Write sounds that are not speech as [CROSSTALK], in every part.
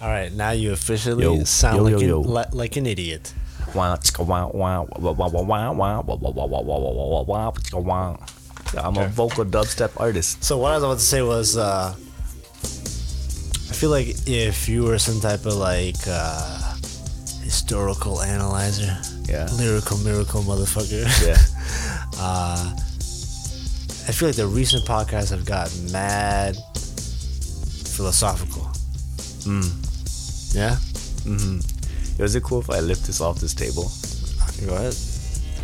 All right, now you officially Yo, sound yo, like, yo, an, yo. li- like an idiot. Wow, tsk, wow, wow, wow, wow, wow, wow, wow, wow, wow, wow, wow, wow, wow, wow, wow, tsk, wow. Yeah, I'm a vocal dubstep artist. So what I was about to say was, uh, I feel like if you were some type of like uh, historical analyzer, Yeah. lyrical miracle motherfucker, Yeah. [LAUGHS] I feel like the recent podcasts have gotten mad philosophical. Mm. Hmm. Yeah. Is it cool if I lift this off this table? Go ahead.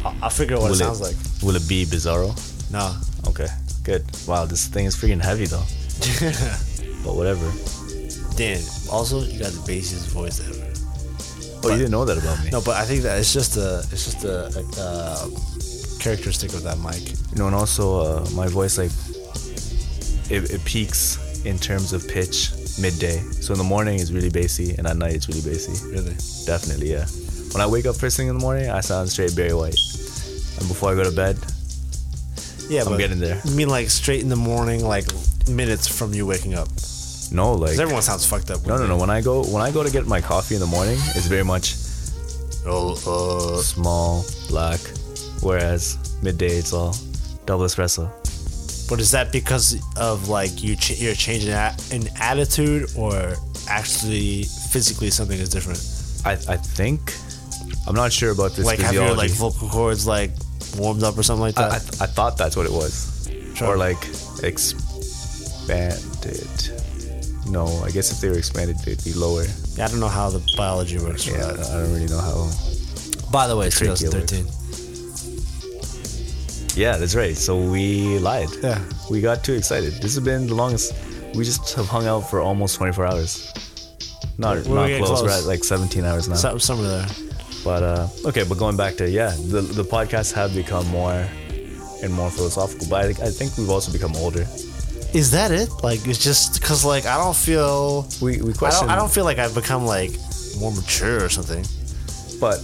I'll, I'll figure out what it sounds like. Will it be bizarro? No. Okay, good. Wow, this thing is freaking heavy though. But whatever. [LAUGHS] Dan, also you got the bassiest voice ever. Oh, you didn't know that about me. No, but I think that it's just a it's just a, a, uh characteristic of that mic. You know, and also uh, my voice like it, it peaks in terms of pitch midday. So in the morning it's really bassy, and at night it's really bassy. Really. Definitely, yeah. When I wake up first thing in the morning, I sound straight Barry White. And before I go to bed, Yeah, I'm but getting there. You mean like straight in the morning, like minutes from you waking up? Because no, like everyone sounds fucked up. no, no, no. When I go when I go to get my coffee in the morning, it's very much Oh, small black, whereas midday it's all double espresso. uh, but is that because of like you ch- you're changing a- an attitude, or actually physically something is different? I, I think I'm not sure about this Like have physiology. your like vocal cords like warmed up or something like I, I, that? th- I thought that's what it was, Sure. or like expanded. No, I guess if they were expanded, they'd be lower. Yeah, I, don't know how the biology works. For Yeah, I that. don't, I don't really know how. By the way, it's Trachea works. 2013. Yeah, that's right. So we lied. Yeah. we got too excited. This has been the longest. We just have hung out for almost 24 hours. Not We're not getting close. We're close. at like 17 hours now. So, somewhere there. But uh, okay, but going back to yeah, the the podcasts have become more and more philosophical. But I, think- I think we've also become older. Is that it? Like it's just because like I don't feel We we I question, don't I don't feel like I've become like more mature or something. but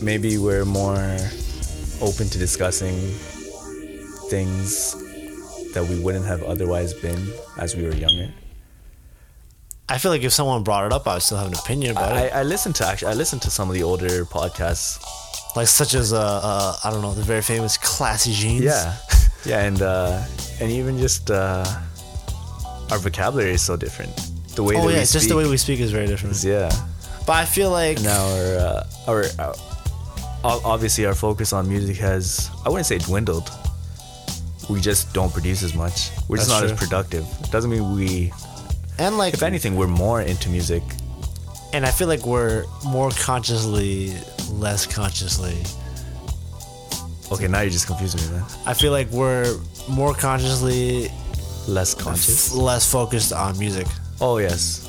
maybe we're more open to discussing things that we wouldn't have otherwise been as we were younger. I feel like if someone brought it up, I would still have an opinion about I, it. I listened to actually I listened to some of the older podcasts. Like such as uh, uh I don't know the very famous classy jeans. [LAUGHS] Yeah, yeah, and uh, and even just uh, our vocabulary is so different. The way Oh that yeah, we just speak, the way we speak is very different. yeah. But I feel like and our, uh, our uh, o- obviously our focus on music has I wouldn't say dwindled. We just don't produce as much. We're just That's not as true. productive. Doesn't mean we. and like If anything, we're more into music. and I feel like we're more consciously, less consciously. Okay, now you're just confusing me, man. I feel like we're more consciously, Less conscious. less focused on music. Oh yes,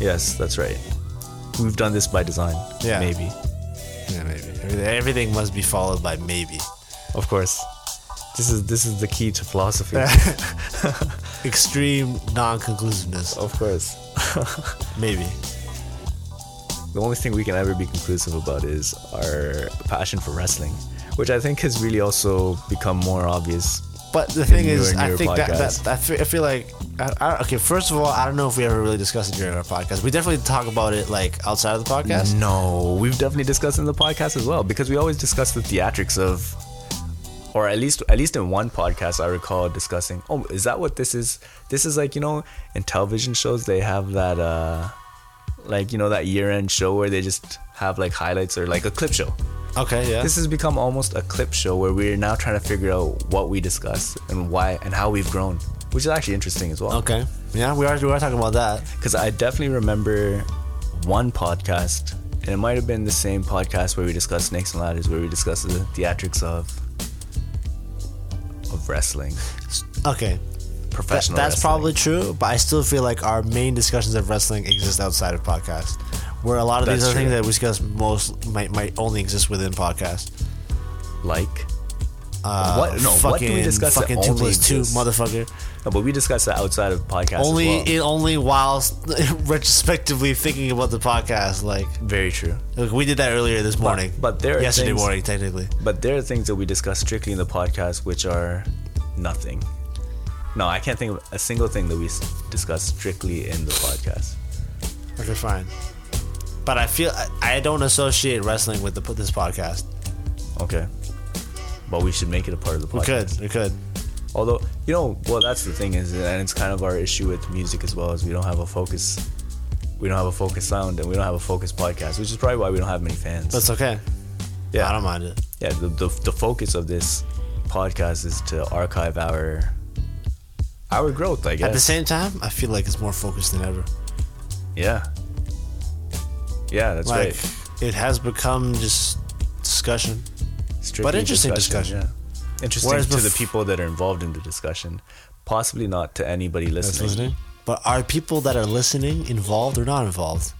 yes, that's right. We've done this by design. Yeah. Maybe. Yeah, maybe everything, everything must be followed by maybe. Of course. This is this is the key to philosophy. Extreme non-conclusiveness. [LAUGHS] of course. Maybe. the only thing we can ever be conclusive about is our passion for wrestling, which I think has really also become more obvious. But the thing your- is, in I your think that, podcast. that I, feel, I feel like I, I, okay. First of all, I don't know if we ever really discussed it during our podcast. We definitely talk about it like outside of the podcast. No, we've definitely discussed in the podcast as well because we always discuss the theatrics of, or at least at least in one podcast I recall discussing. Oh, is that what this is? This is like you know in television shows they have that uh, like you know that year end show where they just have like highlights or like a clip show. Okay, yeah. This has become almost a clip show where we're now trying to figure out what we discuss and why and how we've grown, which is actually interesting as well. okay, yeah. We are we are talking about that. Because I definitely remember one podcast, and it might have been the same podcast where we discussed snakes and ladders, where we discussed the theatrics of of wrestling, Okay, That- professional. that's wrestling. probably true. But I still feel like our main discussions of wrestling exist outside of podcast, where a lot of these That's other things true. that we discuss most might might only exist within podcast. like. Uh, what no? Fucking, what do we discuss? that Fucking two only plus two, exists? motherfucker. No, but we discussed that outside of podcast. only as well. it only whilst [LAUGHS] retrospectively thinking about the podcast like very true. like we did that earlier this morning but there are yesterday things- morning technically But there are things that we discuss strictly in the podcast which are nothing. No, I can't think of a single thing that we s- discuss strictly in the podcast. okay perfectly fine. But I feel I, I don't associate wrestling with the this podcast. Okay. But we should make it a part of the We podcast. could, we could. Although, you know, well, that's the thing is, and it's kind of our issue with music as well, is we don't have a focus. We don't have a focused sound, and we don't have a focused podcast, which is probably why we don't have many fans. That's okay. yeah, I don't mind it. yeah. The, the, the focus of this podcast is to archive our our growth, I guess. At the same time, I feel like it's more focused than ever. yeah, yeah, that's like right. it has become just discussion. Strictly interesting discussion. yeah. Interesting Whereas to the bef- people that are involved in the discussion, possibly not to anybody listening. But are people that are listening involved or not involved?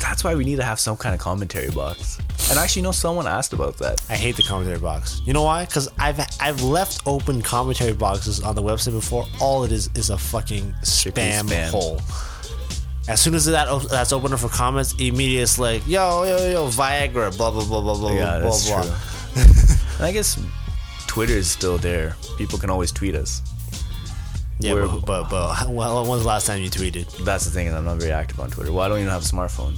That's why we need to have some kind of commentary box. And I actually know someone asked about that. I hate the commentary box. You know why? Because I've I've left open commentary boxes on the website before. All it is is a fucking spam, spam. hole. As soon as that op- that's open for comments, immediately it's like yo yo yo Viagra blah blah blah blah blah Yeah, blah that's blah. true. and I guess Twitter is still there. People can always tweet us. Yeah, We're- but, but but [LAUGHS] well, when was the last time you tweeted? That's the thing, and I'm not very active on Twitter. Well, I don't even have a smartphone.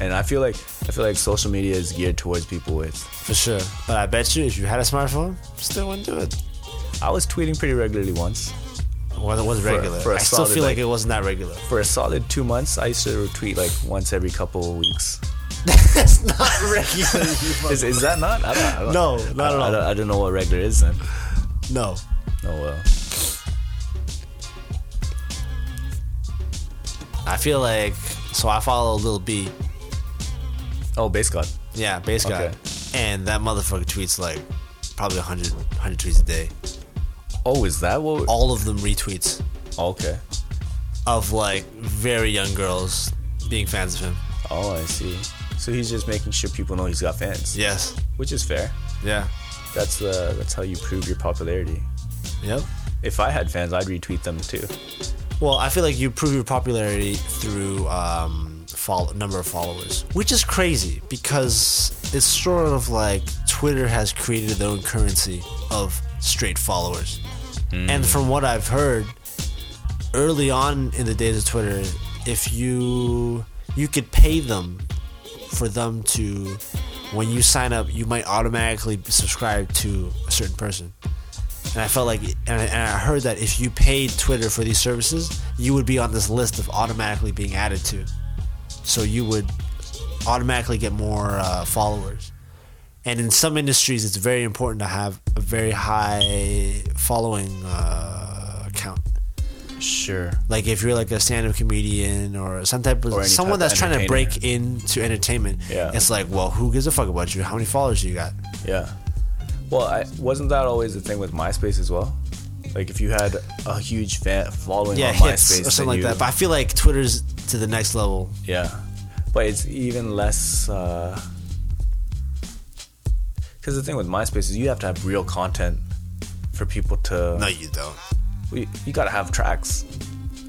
And I feel like I feel like social media is geared towards people with. For sure. But I bet you if you had a smartphone, still wouldn't do it. I was tweeting pretty regularly once. Well, it was regular. for a I still solid, feel like like- it wasn't that [LAUGHS] regular. [LAUGHS] For a solid two months, I used to tweet like once every couple of weeks. That's not regular. [LAUGHS] Is, is that not? I don't, I don't, No, I, not at don't- all. I don't, I don't know what regular is then. no. Oh well. I feel like so I follow Lil B. Oh, base god. Yeah, bass guy. Okay. And that motherfucker tweets like probably 100, 100 tweets a day. Oh, is that what? All of them retweets Oh, okay. of like very young girls being fans of him. Oh, I see. So he's just making sure people know he's got fans, Yes. which is fair. Yeah. That's the that's how you prove your popularity. Yep. If I had fans, I'd retweet them too. Well, I feel like you prove your popularity through um, follow, number of followers, which is crazy because it's sort of like Twitter has created their own currency of straight followers. And from what I've heard, early on in the days of Twitter, if you you could pay them for them to when you sign up, you might automatically subscribe to a certain person. And I felt like, and I, and I heard that if you paid Twitter for these services, you would be on this list of automatically being added to. So you would automatically get more uh, followers. And in some industries, it's very important to have a very high following uh, count. Sure. Like if you're like a stand-up comedian or some type of Or any someone type of that's trying to break entertainer. into entertainment, Yeah. it's like, well, who gives a fuck about you? How many followers do you got? Yeah. Well, I, wasn't that always the thing with MySpace as well? Like if you had a huge fan following Yeah, on hits MySpace or then something like you- that. But I feel like Twitter's to the next level. Yeah, but it's even less. Because the thing with MySpace is you have to have real content for people to. No, you don't. You, you gotta have tracks.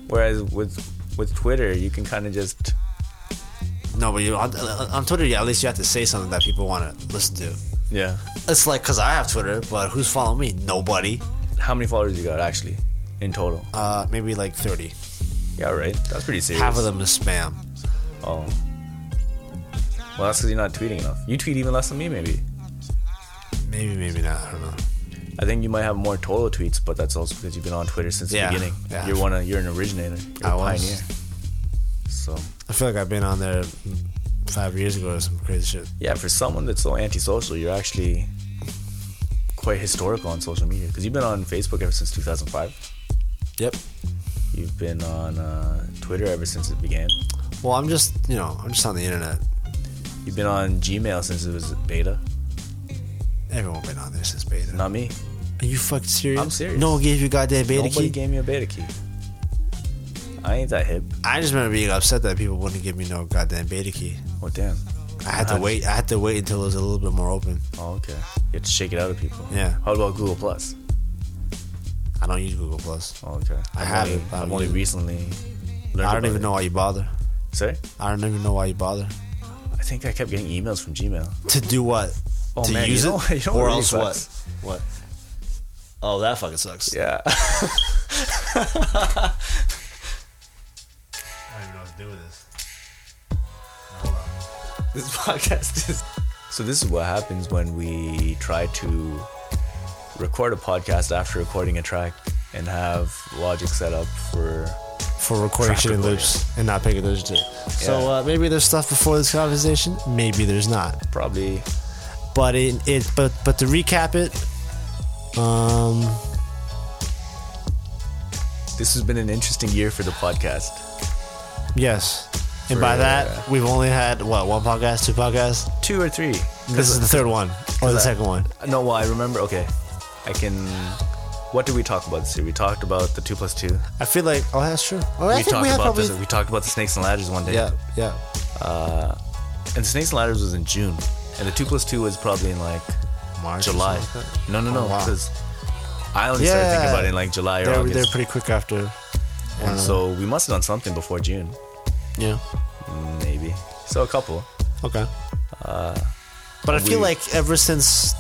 Whereas with with Twitter, you can kind of just. No, but you on, on Twitter, yeah, at least you have to say something that people want to listen to. Yeah. It's like because I have Twitter, but who's following me? Nobody. How many followers you got actually in total? Uh, maybe like thirty. Yeah, right. That's pretty serious. Half of them is spam. Oh. Well, that's because you're not tweeting enough. You tweet even less than me, maybe. Maybe, maybe not. I don't know. I think you might have more total tweets, but that's also because you've been on Twitter since Yeah, the beginning. yeah. You're one. Of, you're an originator. You're I a was. pioneer. So I feel like I've been on there mm, five years ago or some crazy shit. yeah, for someone that's so antisocial, you're actually quite historical on social media because you've been on Facebook ever since 2005. Yep. You've been on uh, Twitter ever since it began. Well, I'm just you know I'm just on the internet. You've been on Gmail since it was beta. Everyone been on there since beta. Not me. Are you fucking serious? I'm serious. No one gave you a goddamn beta Nobody key. gave me a beta key. I ain't that hip. I just remember being upset that people wouldn't give me no goddamn beta key. Oh damn. I had to How'd you- wait. I had to wait until it was a little bit more open. Oh okay. You have to shake it out of people. Yeah. How about Google Plus? I don't use Google Plus. Oh, okay. I I've have only, it, but I I've don't only use it. recently. I Learned don't about even it. know why you bother. Sorry. I don't even know why you bother. I think I kept getting emails from Gmail. To do what? Oh, to man, you use know- you it? know what [LAUGHS] or really else sucks? what? What? Oh, that fucking sucks. Yeah. [LAUGHS] I don't even know what to do with this. This podcast is. [LAUGHS] So this is what happens when we try to record a podcast after recording a track and have Logic set up for. for recording shit in Traffic loops and not paying attention to it. So Yeah. uh, maybe there's stuff before this conversation, maybe there's not. Probably But it, it but but to recap it, um, this has been an interesting year for the podcast. yes. And by For- that, we've only had what one podcast, two podcasts. Two or three. This is the third one or the I- second one. No, well, I remember. Okay, I can. What did we talk about this year? We talked about the two plus two. I feel like oh that's true. Oh, I we think talked we had about probably this. We talked about the snakes and ladders one day. yeah yeah And the snakes and ladders was in June, and the two plus two was probably in like March or July. something like that. No, no, Oh, no, wow. because I only started Yeah. thinking about it in like July or They're, August. they're pretty quick after. and so we must have done something before June, Yeah. maybe. So a couple. Okay. Uh, but I feel we- like ever since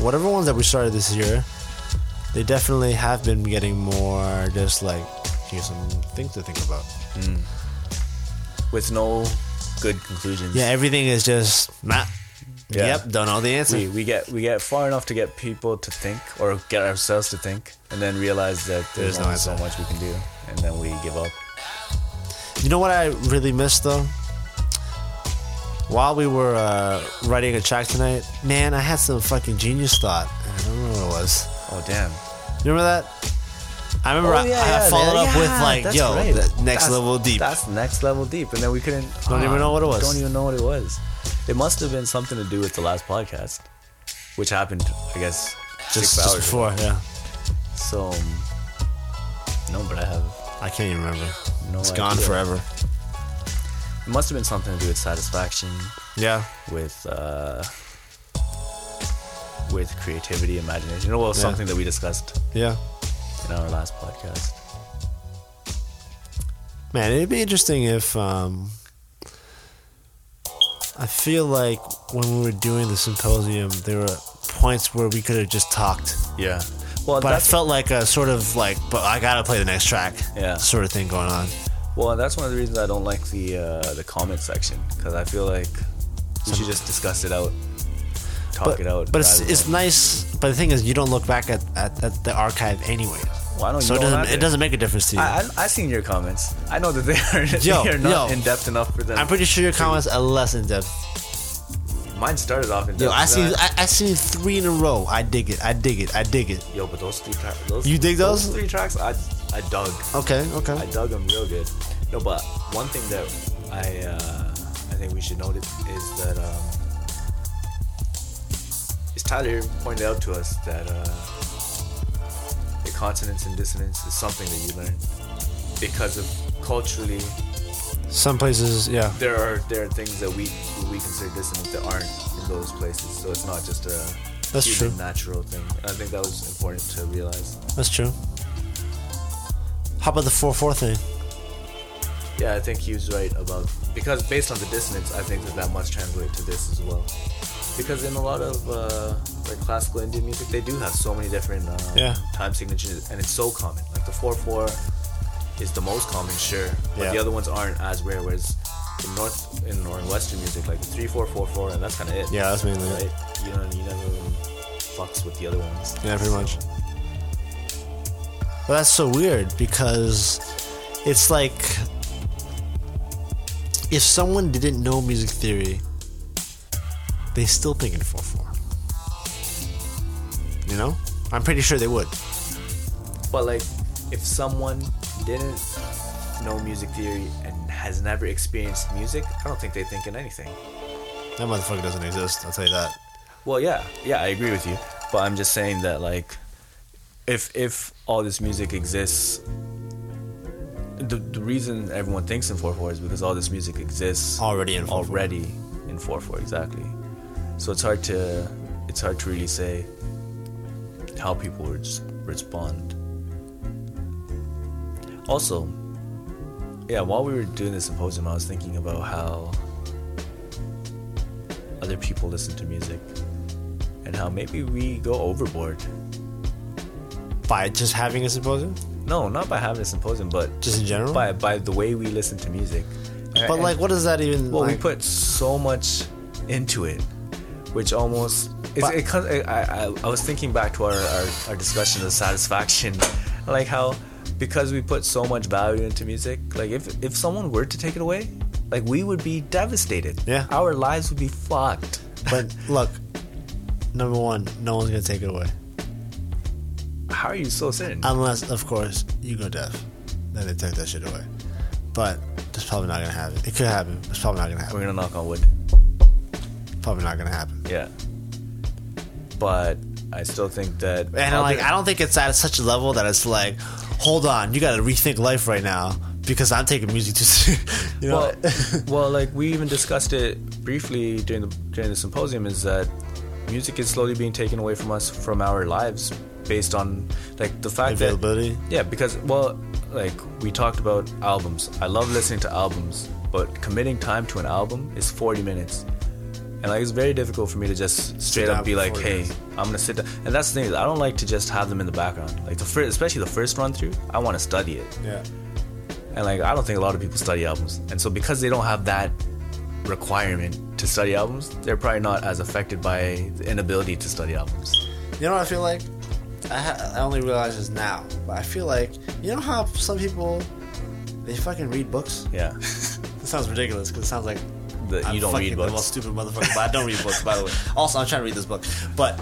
whatever ones that we started this year, they definitely have been getting more just like here's some things to think about. with no good conclusions. Yeah, everything is just nah. Yeah. Yep, don't know the answer. we, we get we get far enough to get people to think or get ourselves to think, and then realize that there's, There's no only so answer. much we can do, and then we give up. You know what I really missed though? While we were uh, writing a track tonight, man, I had some fucking genius thought. I don't remember what it was. Oh damn! You remember that? I remember Oh, I, I followed up with like, that's yo, right. that next That's- level deep. That's next level deep, and then we couldn't. uh, Don't even know what it was. Don't even know what it was. It must have been something to do with the last podcast, which happened, I guess, just, six just hours before, yeah. Ago. So um, no, but I have I can't even remember. no. It's gone idea. forever. It must have been something to do with satisfaction. Yeah. with uh, with creativity, imagination. Well, Yeah. something that we discussed Yeah. in our last podcast. Man, it'd be interesting if um I feel like when we were doing the symposium, there were points where we could have just talked. Yeah. Well, But I that's felt like a sort of like, but I gotta play the next track. Yeah. Sort of thing going on. well, that's one of the reasons I don't like the uh, the comment section because I feel like we should just discuss it out, talk But, it out. but it's, rather it's than- nice. But the thing is, you don't look back at, at, at the archive anyway. Well, I don't- you so it don't doesn't have it to. doesn't make a difference to you. I, I I seen your comments. I know that they [LAUGHS] are, Yo, they are not yo. in depth enough for them. I'm pretty sure your comments are less in depth. Mine started off in depth. Yo, I and seen then I, I seen three in a row. I dig it. I dig it. I dig it. yo, but those three tracks. Those, You dig those? three tracks? I I dug. Okay, I okay. dug them real good. No, but one thing that I uh, I think we should notice is that um, is Tyler pointed out to us that uh, the consonants and dissonance is something that you learn because of culturally Some places, yeah. there are there are things that we we consider dissonant that aren't in those places. So it's not just a That's human true. natural thing. And I think that was important to realize. That's true. How about the 4 4 thing? Yeah, I think he was right about because based on the dissonance, I think that that must translate to this as well. Because in a lot of uh, like classical Indian music, they do have so many different uh, Yeah. time signatures, and it's so common. Like the four four is the most common, sure, but Yeah. the other ones aren't as rare. Whereas in north in northwestern music, like the three four four four, and that's kind of it. Yeah, that's mainly right. it. You know, you never really fucks with the other ones. Yeah, pretty much. So, Well, that's so weird because it's like if someone didn't know music theory, they still pick in 4 4. You know? I'm pretty sure they would. But like, if someone didn't know music theory and has never experienced music, I don't think they think in anything. That motherfucker doesn't exist, I'll tell you that. Well, yeah, yeah, I agree with you. But I'm just saying that like, if if all this music exists, the the reason everyone thinks in four four is because all this music exists Already in 4/4. already in four four exactly. So it's hard to it's hard to really say how people would s- respond. Also, yeah, while we were doing the symposium, I was thinking about how other people listen to music and how maybe we go overboard. By just having a symposium? No, not by having a symposium, but Just in general? by by the way we listen to music. But like, what does that even? well, like, we put so much into it, which almost it's, But- it comes. I, I I was thinking back to our, our our discussion of satisfaction, [LAUGHS] like how because we put so much value into music, like if if someone were to take it away, like we would be devastated. Yeah. our lives would be fucked. But look, number one, no one's gonna take it away How are you so certain? unless, of course, you go deaf. Then they take that shit away. But it's probably not gonna happen. It could happen. It's probably not gonna We're happen. gonna knock on wood. Probably not gonna happen. Yeah, but I still think that And other- I'm like, I don't think it's at such a level that it's like, hold on, you gotta rethink life right now because I'm taking music too [LAUGHS] serious. You know? well, well, like we even discussed it briefly during the during the symposium is that music is slowly being taken away from us from our lives based on like the fact [LAUGHS] Availability. that yeah because well like we talked about albums I love listening to albums but committing time to an album is 40 minutes and like it's very difficult for me to just straight down up be for like 40 hey minutes. I'm gonna sit down and that's the thing is I don't like to just have them in the background like the first especially the first run through I want to study it yeah. and like I don't think a lot of people study albums. And so because they don't have that requirement to study albums, they're probably not as affected by the inability to study albums. You know what I feel like? I, ha- I only realize this now, but I feel like you know how some people they fucking read books. Yeah. [LAUGHS] This sounds ridiculous because it sounds like The, I'm you don't fucking read the most books. stupid motherfucker. But I don't read books, by [LAUGHS] the way. Also, I'm trying to read this book, but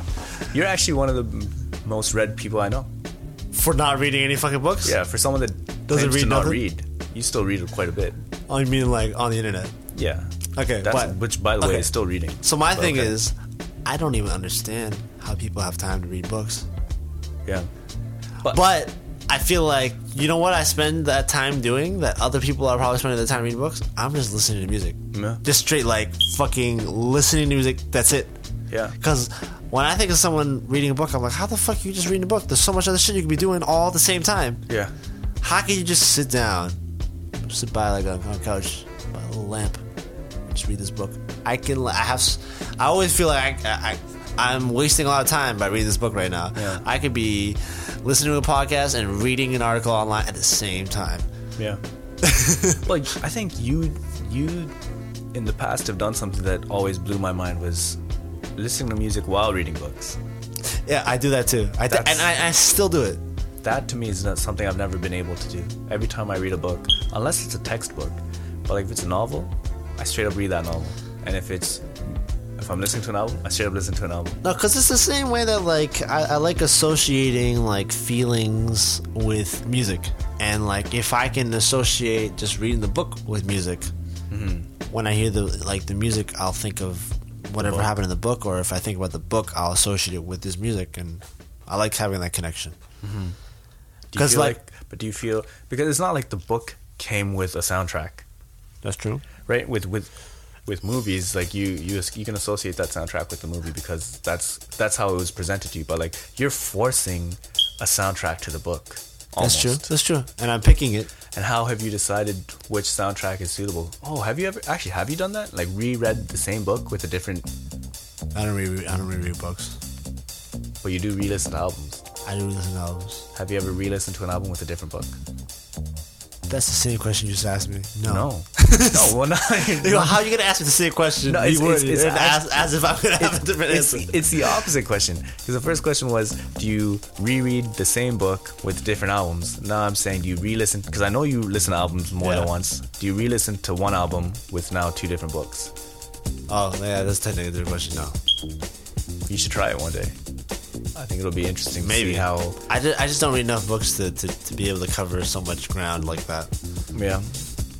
You're actually one of the m- most read people I know. for not reading any fucking books. Yeah, for someone that Doesn't doesn't read read to not nothing? read, you still read quite a bit. I Oh, mean, like on the internet. Yeah. Okay, That's but- which by the way okay. is still reading. So my But thing okay. is, I don't even understand how people have time to read books. Yeah. But I feel like you know what I spend that time doing that other people are probably spending their time reading books. I'm just listening to music, Yeah. just straight like fucking listening to music. That's it. Yeah. Because when I think of someone reading a book, I'm like, how the fuck are you just reading a book? There's so much other shit you could be doing all at the same time. Yeah. How can you just sit down, sit by like on on a couch by a little lamp, just read this book? I can. I have. s- I always feel like I. I I'm wasting a lot of time by reading this book right now. Yeah. I could be listening to a podcast and reading an article online at the same time. [LAUGHS] Yeah. like I think you you in the past have done something that always blew my mind was listening to music while reading books. Yeah, I do that too. I th- That's- and I, I still do it. That to me is not something I've never been able to do. Every time I read a book, unless it's a textbook, but like if it's a novel, I straight up read that novel. And if it's if I'm listening to an album, I straight up listen to an album. No, because it's the same way that like I, I like associating like feelings with music, and like if I can associate just reading the book with music, Mm-hmm. when I hear the like the music, I'll think of whatever book. happened in the book, or if I think about the book, I'll associate it with this music, and I like having that connection. Do you 'Cause, feel like- but do you feel because it's not like the book came with a soundtrack. That's true. right with with with movies like you you you can associate that soundtrack with the movie because that's that's how it was presented to you but like you're forcing a soundtrack to the book That's almost. true. That's true. And I'm picking it. and how have you decided which soundtrack is suitable oh have you ever actually have you done that like reread the same book with a different I don't read. I don't read books. but you do re-listen to albums I do listen to albums. have you ever re-listened to an album with a different book That's the same question you just asked me. no no well [LAUGHS] not You know, how are you gonna ask me the same question? No, it's- You it's- would- it's and act- as, as if I'm gonna have [LAUGHS] a different it's, answer. it's the opposite question because the first question was do you reread the same book with different albums now i'm saying do you re-listen because i know you listen to albums more than Yeah. once do you re-listen to one album with now two different books oh yeah, that's technically a different question. No, you should try it one day i think it'll be interesting to see maybe how I just, I just don't read enough books to, to, to be able to cover so much ground like that. yeah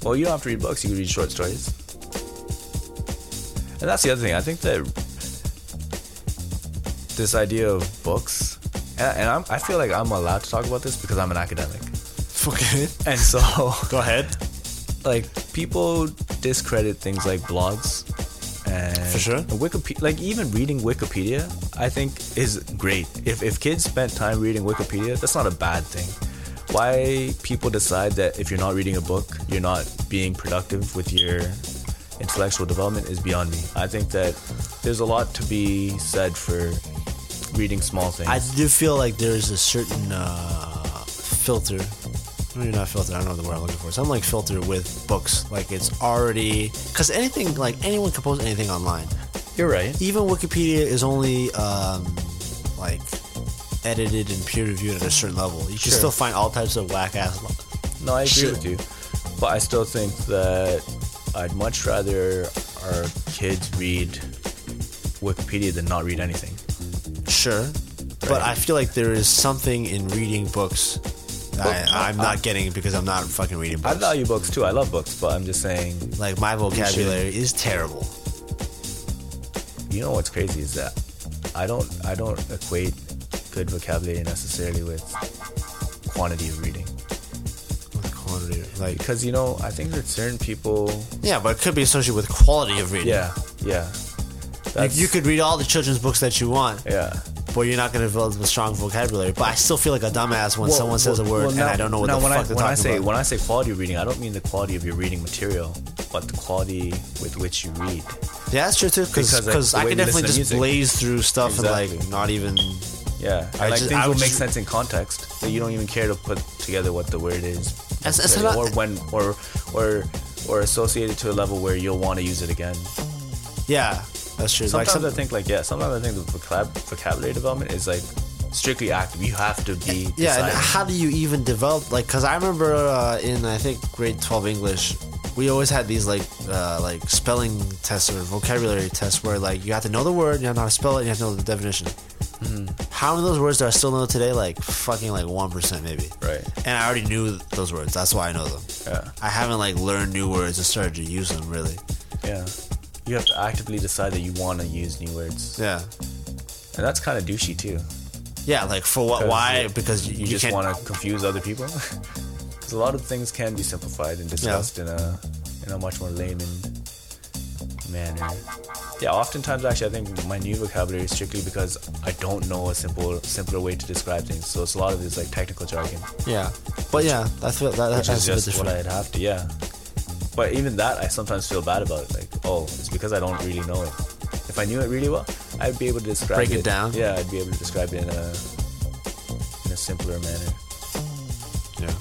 well you don't have to read books you can read short stories and that's the other thing i think that this idea of books and, and I'm, i feel like i'm allowed to talk about this because i'm an academic Okay, and so [LAUGHS] go ahead. like people discredit things like blogs and For sure. Wikipedia like even reading Wikipedia I think is great if, if kids spent time reading Wikipedia that's not a bad thing why people decide that if you're not reading a book you're not being productive with your intellectual development is beyond me I think that there's a lot to be said for reading small things I do feel like there's a certain uh, filter Maybe not filter. I don't know the word I'm looking for. Something like filter with books. Like it's already because anything like anyone can post anything online. You're right. Even Wikipedia is only um, like edited and peer reviewed at a certain level. You can Sure. still find all types of whack ass. No, I agree Shit. with you. But I still think that I'd much rather our kids read Wikipedia than not read anything. Sure, but Right. I feel like there is something in reading books. that I, I'm not getting because I'm not fucking reading I books. value books too. I love books, but I'm just saying, like my vocabulary is terrible. you know what's crazy is that I don't I don't equate good vocabulary necessarily with quantity of reading Quantity, like because you know I think that certain people yeah, but it could be associated with quality of reading. yeah yeah You, that's, you could read all the children's books that you want, yeah but you're not going to develop a strong vocabulary. But I still feel like a dumbass when Well, someone says a well, word well, now- and I don't know what now the when fuck I, they're when talking I say, about. When I say quality of reading, I don't mean the quality of your reading material, but the quality with which you read. yeah, that's true too. Because, like, Because the I way can we definitely listen to just music. blaze through stuff and like Exactly. not even. Yeah, and I like just- things I will would make just- sense in context, but you don't even care to put together what the word is, It's- it's not- necessarily, or when, or or or associate it to a level where you'll want to use it again. Yeah, that's true. Sometimes like I think like yeah, sometimes I think the vocab- vocabulary development is like strictly active. You have to be yeah, and deciding. how do you even develop? Like, because I remember uh, in I think grade twelve English, we always had these like uh, like spelling tests or vocabulary tests where like you have to know the word, you have to know how to spell it, and you have to know the definition. Mm-hmm. How many of those words do I still know today? Like fucking like one percent maybe. Right. And I already knew those words. That's why I know them. Yeah. I haven't like learned new words and started to use them really. yeah. You have to actively decide that you want to use new words, Yeah. and that's kind of douchey too. Yeah. Like for what? 'Cause Why? you- Because you, you, just can't. want to confuse other people. [LAUGHS] Because a lot of things can be simplified and discussed in a in a much more layman manner. Yeah, oftentimes actually, I think my new vocabulary is strictly because I don't know a simple simpler way to describe things. So it's a lot of this like technical jargon, yeah. But yeah, I feel that which that's is a bit just what different. I'd have to. Yeah, but even that, I sometimes feel bad about it. Like, oh, it's because I don't really know it. If I knew it really well, I'd be able to describe Break it down? Yeah, I'd be able to describe it in a in a simpler manner. yeah.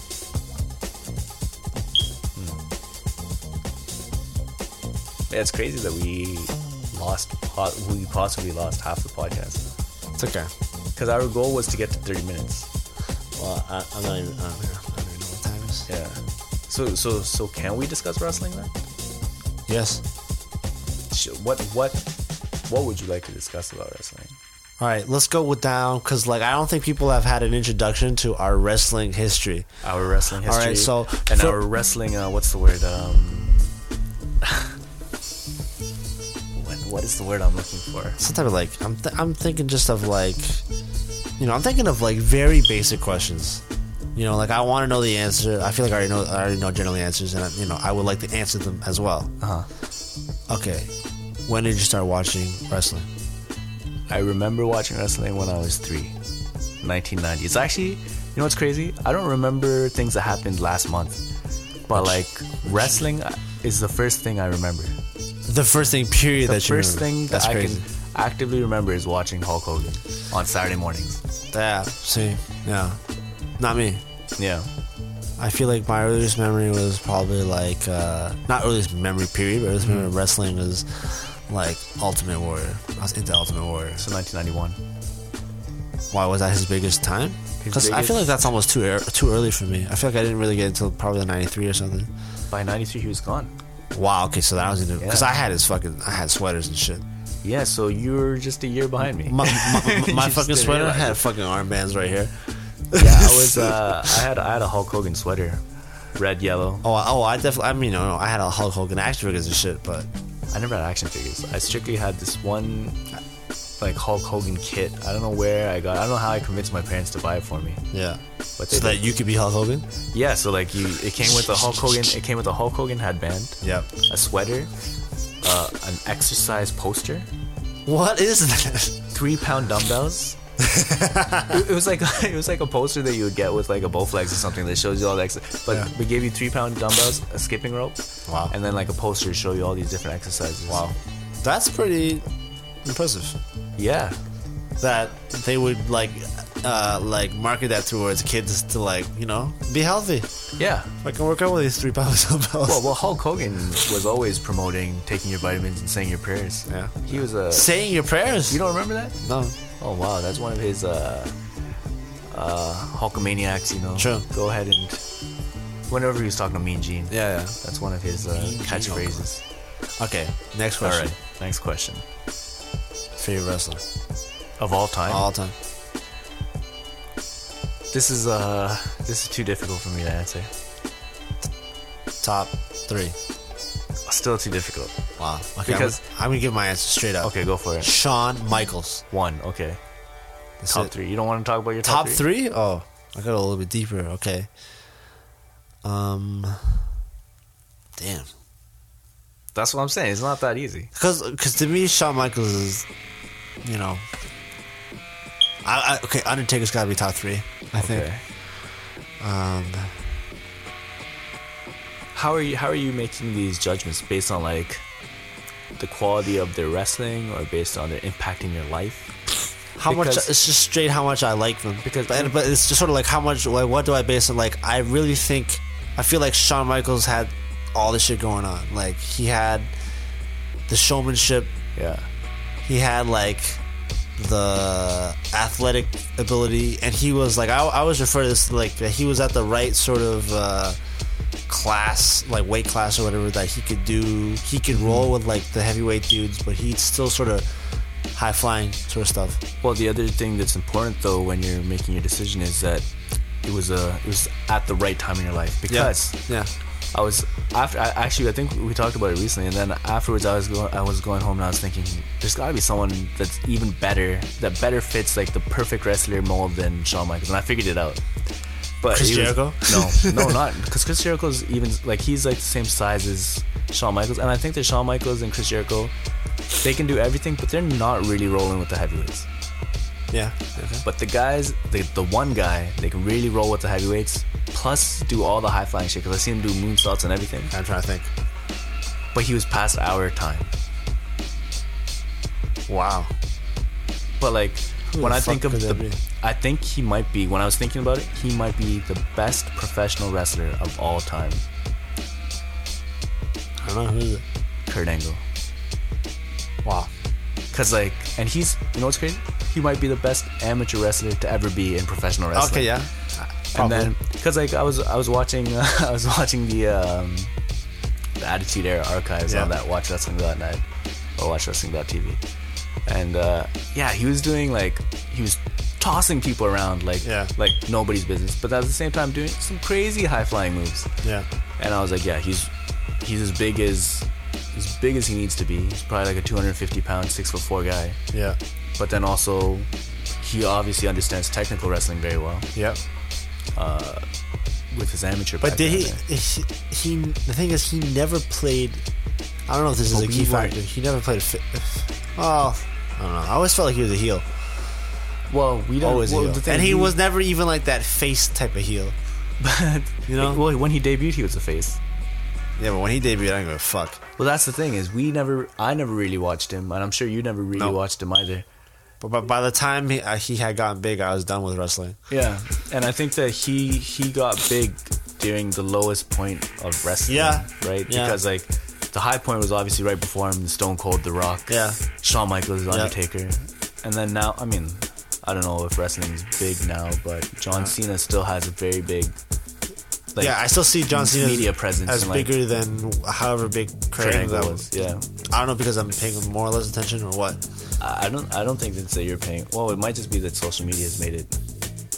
Yeah, it's crazy that we lost, po- we possibly lost half the podcast. It's okay. Because our goal was to get to 30 minutes. Well, I, I'm not even. I don't, know, I don't even know what time it is. Yeah. So, so, so can we discuss wrestling then? Yes. Sh- What, what, what would you like to discuss about wrestling? All right, let's go with down because like I don't think people have had an introduction to our wrestling history. Our wrestling history. Alright, so and for- our wrestling, uh, what's the word? Um, [LAUGHS] what, what is the word I'm looking for? Some type of like I'm th- I'm thinking just of like, you know, I'm thinking of like very basic questions. You know, like I want to know the answer. I feel like I already know. I already know general answers, and I, you know, I would like to answer them as well. Uh-huh. Okay, when did you start watching wrestling? I remember watching wrestling when I was three. 1990. It's actually, you know what's crazy? I don't remember things that happened last month. But like, wrestling is the first thing I remember. The first thing, period. The that you first remember. thing that That's I crazy. can actively remember is watching Hulk Hogan on Saturday mornings. Yeah. See. Yeah. Not me. Yeah. I feel like my earliest memory was probably like uh, not earliest memory period, but earliest memory of wrestling was like Ultimate Warrior. I was into Ultimate Warrior. So 1991. Why was that his biggest time? His Because I feel biggest- like that's almost too er- too early for me. I feel like I didn't really get until probably '93 or something. By 93, he was gone. Wow. Okay, so that was into because Yeah. I had his fucking I had sweaters and shit. Yeah, so you're just a year behind me. My, my, [LAUGHS] [LAUGHS] my, my You fucking just sweater realized had fucking armbands right here. yeah, I [LAUGHS] was. Uh, I had I had a Hulk Hogan sweater, red, yellow. Oh, I- oh, I definitely. I mean, no, no, I had a Hulk Hogan action figures and shit, but I never had action figures. I strictly had this one, like Hulk Hogan kit. I don't know where I got. I don't know how I convinced my parents to buy it for me. yeah. But so they that you could be Hulk Hogan. Yeah, so like you, it came with a Hulk Hogan. It came with a Hulk Hogan headband, Yep. a sweater, uh, an exercise poster, What is that? three [LAUGHS] pound dumbbells. it, it was like [LAUGHS] it was like a poster that you would get with like a Bowflex or something that shows you all the exercises. But Yeah. we gave you three pound dumbbells, a skipping rope, Wow. and then like a poster to show you all these different exercises. Wow. That's pretty impressive. Yeah. that they would like uh, like market that towards kids to like you know be healthy. Yeah. I can work out with these three pounds of bells. Well, well, Hulk Hogan was always promoting taking your vitamins and saying your prayers. Yeah. He was a. Saying your prayers. You don't remember that? no. Oh wow, that's one of his uh, uh, Hulkamaniacs. You know. Sure. Go ahead and. Whenever he was talking to Mean Gene. Yeah, yeah. That's one of his uh, Mean Gene catchphrases. Okay. Next All question. right. Next question. Favorite wrestler Of all time. all time. This is uh, this is too difficult for me to answer. Top three. Still too difficult. Wow. Okay. I'm, Because- gonna- I'm gonna give my answer straight up. Okay, go for it. Shawn Michaels. One. Okay. That's Top it. three. You don't want to talk about your Top three? Oh, I got a little bit deeper. Okay. Um. Damn. That's what I'm saying. It's not that easy. Because cause to me, Shawn Michaels is, you know. I, I okay. Undertaker's got to be top three. I Okay. think. Um. How are you? How are you making these judgments based on like the quality of their wrestling or based on their impact in your life? how much Because- it's just straight how much I like them Because- but, but it's just sort of like how much like what do I base it like I really think I feel like Shawn Michaels had all this shit going on like he had the showmanship Yeah. he had like the athletic ability and he was like I, I always refer to this like that he was at the right sort of uh, class like weight class or whatever that he could do he could roll with like the heavyweight dudes but he'd still sort of high flying sort of stuff Well, the other thing that's important though when you're making your decision is that it was a it was at the right time in your life because yeah I was after I, actually I think we talked about it recently, and then afterwards I was going I was going home and I was thinking there's got to be someone that's even better that better fits like the perfect wrestler mold than Shawn Michaels, and I figured it out. But Chris he was- Jericho? [LAUGHS] no, no, not because Chris Jericho's even like he's like the same size as Shawn Michaels, and I think that Shawn Michaels and Chris Jericho, they can do everything, but they're not really rolling with the heavyweights. Yeah. But the guys, the, the one guy, they can really roll with the heavyweights, plus do all the high flying shit. Because I see him do moonsaults and everything. I'm trying to think. but he was past our time. Wow. But like Who when the I fuck think of could the, that be? I think he might be. When I was thinking about it, he might be the best professional wrestler of all time, I don't know who is it. Kurt Angle. Wow. Cause like, and he's, you know what's crazy? He might be the best amateur wrestler to ever be in professional wrestling. Okay, yeah. And Probably. then, cause like I was, I was watching, [LAUGHS] I was watching the, um, the Attitude Era archives Yeah. on that Watch Wrestling net or Watch Wrestling TV, and uh, yeah, he was doing like he was tossing people around like Yeah. like nobody's business, but at the same time doing some crazy high flying moves. yeah. And I was like, yeah, he's he's as big as as big as he needs to be. He's probably like a 250 pound, six foot four guy, Yeah. but then also he obviously understands technical wrestling very well Yeah. with his amateur. But did background he, he? He. The thing is, he never played. I don't know if this is a Well, key we were- factor. He never played a. Fi- oh, I don't know. I always felt like he was a heel. there. Well, we don't. Always well, a heel. the thing And he, was never even like that face type of heel. [LAUGHS] But You know? well, when he debuted, he was a face. Yeah, but when he debuted, I didn't give a fuck. Well, that's the thing is, we never, I never really watched him, and I'm sure you never really No. watched him either. But, but by the time he, uh, he had gotten big, I was done with wrestling. Yeah, and I think that he he got big during the lowest point of wrestling. Yeah. right. Yeah. Because like the high point was obviously right before him, Stone Cold, The Rock. Yeah. Shawn Michaels, Undertaker, and then now, I mean, I don't know if wrestling is big now, but John Cena still has a very big. Like, yeah, I still see John Cena media presence as and, like- bigger than however big Kurt Angle triangle was. was. Yeah. I don't know because I'm paying more or less attention or what. I I don't. I don't think that's that you're paying. Well, it might just be that social media has made it.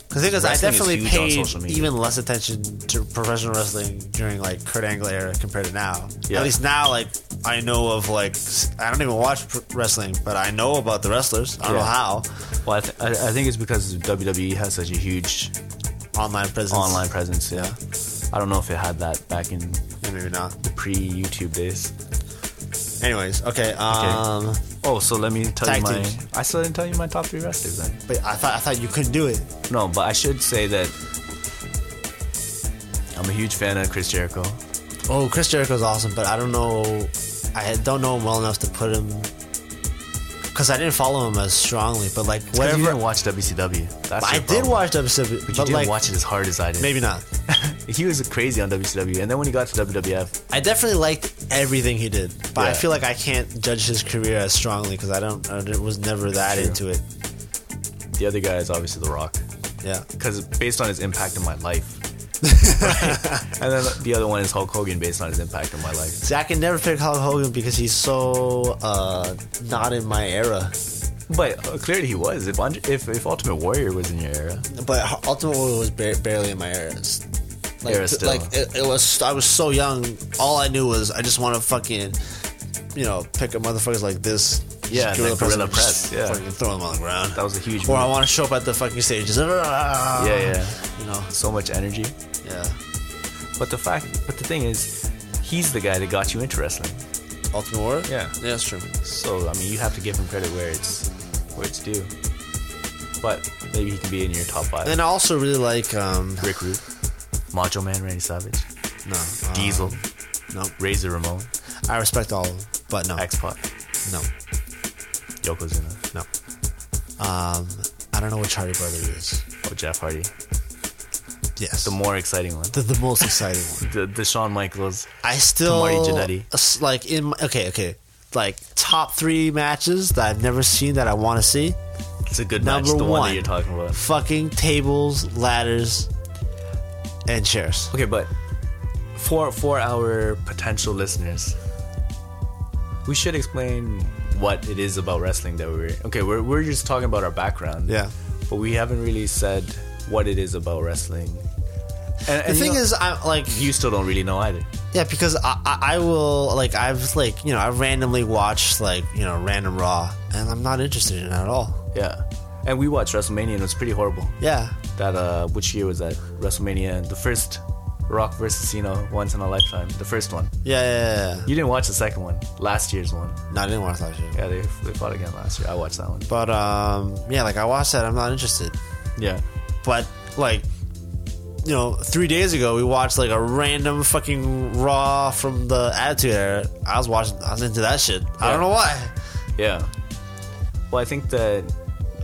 The thing is, I Wrestling is definitely huge on paid social media. even less attention to professional wrestling during like Kurt Angle era compared to now. Yeah. At least now, like I know of like s- I don't even watch pr- wrestling, but I know about the wrestlers. I don't Yeah. know Well, I, th- I, I think it's because WWE has such a huge how online presence. online presence. Yeah. I don't know if it had that back in Yeah, maybe not. pre-YouTube days. Anyways, okay. Um, Oh, so let me tell you Tag my. teams. I still didn't tell you my top three wrestlers then. but I thought I thought you couldn't do it. No, but I should say that I'm a huge fan of Chris Jericho. Oh, Chris Jericho's awesome, but I don't know. I don't know him well enough to put him because I didn't follow him as strongly. But like Whatever. You whatever, didn't watch WCW. That's I your did problem. watch WCW, but, But you didn't like watch it as hard as I did. maybe not. he was crazy on WCW, and then when he got to WWF, I definitely liked everything he did, but I Yeah. feel like I can't judge his career as strongly because I don't. I didn't- was never that True. into it. the other guy is obviously The Rock, Yeah. because based on his impact in [LAUGHS] my life. and then the other one is Hulk Hogan, based on his impact in my life. See, I can never pick Hulk Hogan because he's so uh, not in my era. But uh, clearly he was. If, Andre- if if Ultimate Warrior was in your era, But H- Ultimate Warrior was bar- barely in my era. It's- Like, Era still. like it, it was. I was so young. All I knew was I just want to fucking, you know, pick up motherfuckers like this. Yeah, gorilla like press gorilla and just press, yeah. fucking throw them on the ground. That was a huge Or I move. want to show up at the fucking stages. Yeah, yeah, yeah, You know, Uh, so much energy. yeah. But the fact, but the thing is, he's the guy that got you into wrestling. Ultimate Warrior. Yeah. yeah, that's true. So I mean, you have to give him credit where it's where it's due. But maybe he can be in your top five. And then I also really like um, Rick Rude, Macho Man Randy Savage, no uh, Diesel, No, Razor Ramon, I respect all, of them, but no, X Pac, no, Yokozuna, no. Um, I don't know what Charlie Brother is. oh Jeff Hardy. Yes, The more exciting one. the, the most exciting one. The, the Shawn Michaels. I still uh, Jannetty. s- like in my, okay, okay, like top three matches that I've never seen that I want to see. It's a good match. Number The one, one, that you're talking about. fucking tables, ladders, and chairs. Okay, but for for our potential listeners, we should explain what it is about wrestling that we're okay. We're we're just talking about our background. Yeah. but we haven't really said what it is about wrestling. The And, thing is, I like you still don't really know either. yeah, because I, I I will like I've like you know I randomly watched like you know random Raw, and I'm not interested in it at all. Yeah, and we watched WrestleMania and it was pretty horrible. Yeah, That uh, which year was that? WrestleMania, the first Rock versus Cena, once in a lifetime, the first one. yeah, yeah, yeah. yeah. You didn't watch the second one, last year's one. No, I didn't watch that shit. Yeah, they they fought again last year. I watched that one. But um, yeah, like I watched that, I'm not interested. Yeah. but like you know three days ago we watched like a random fucking raw from the attitude era i was watching i was into that shit i Yeah. don't know why Yeah. Well, I think that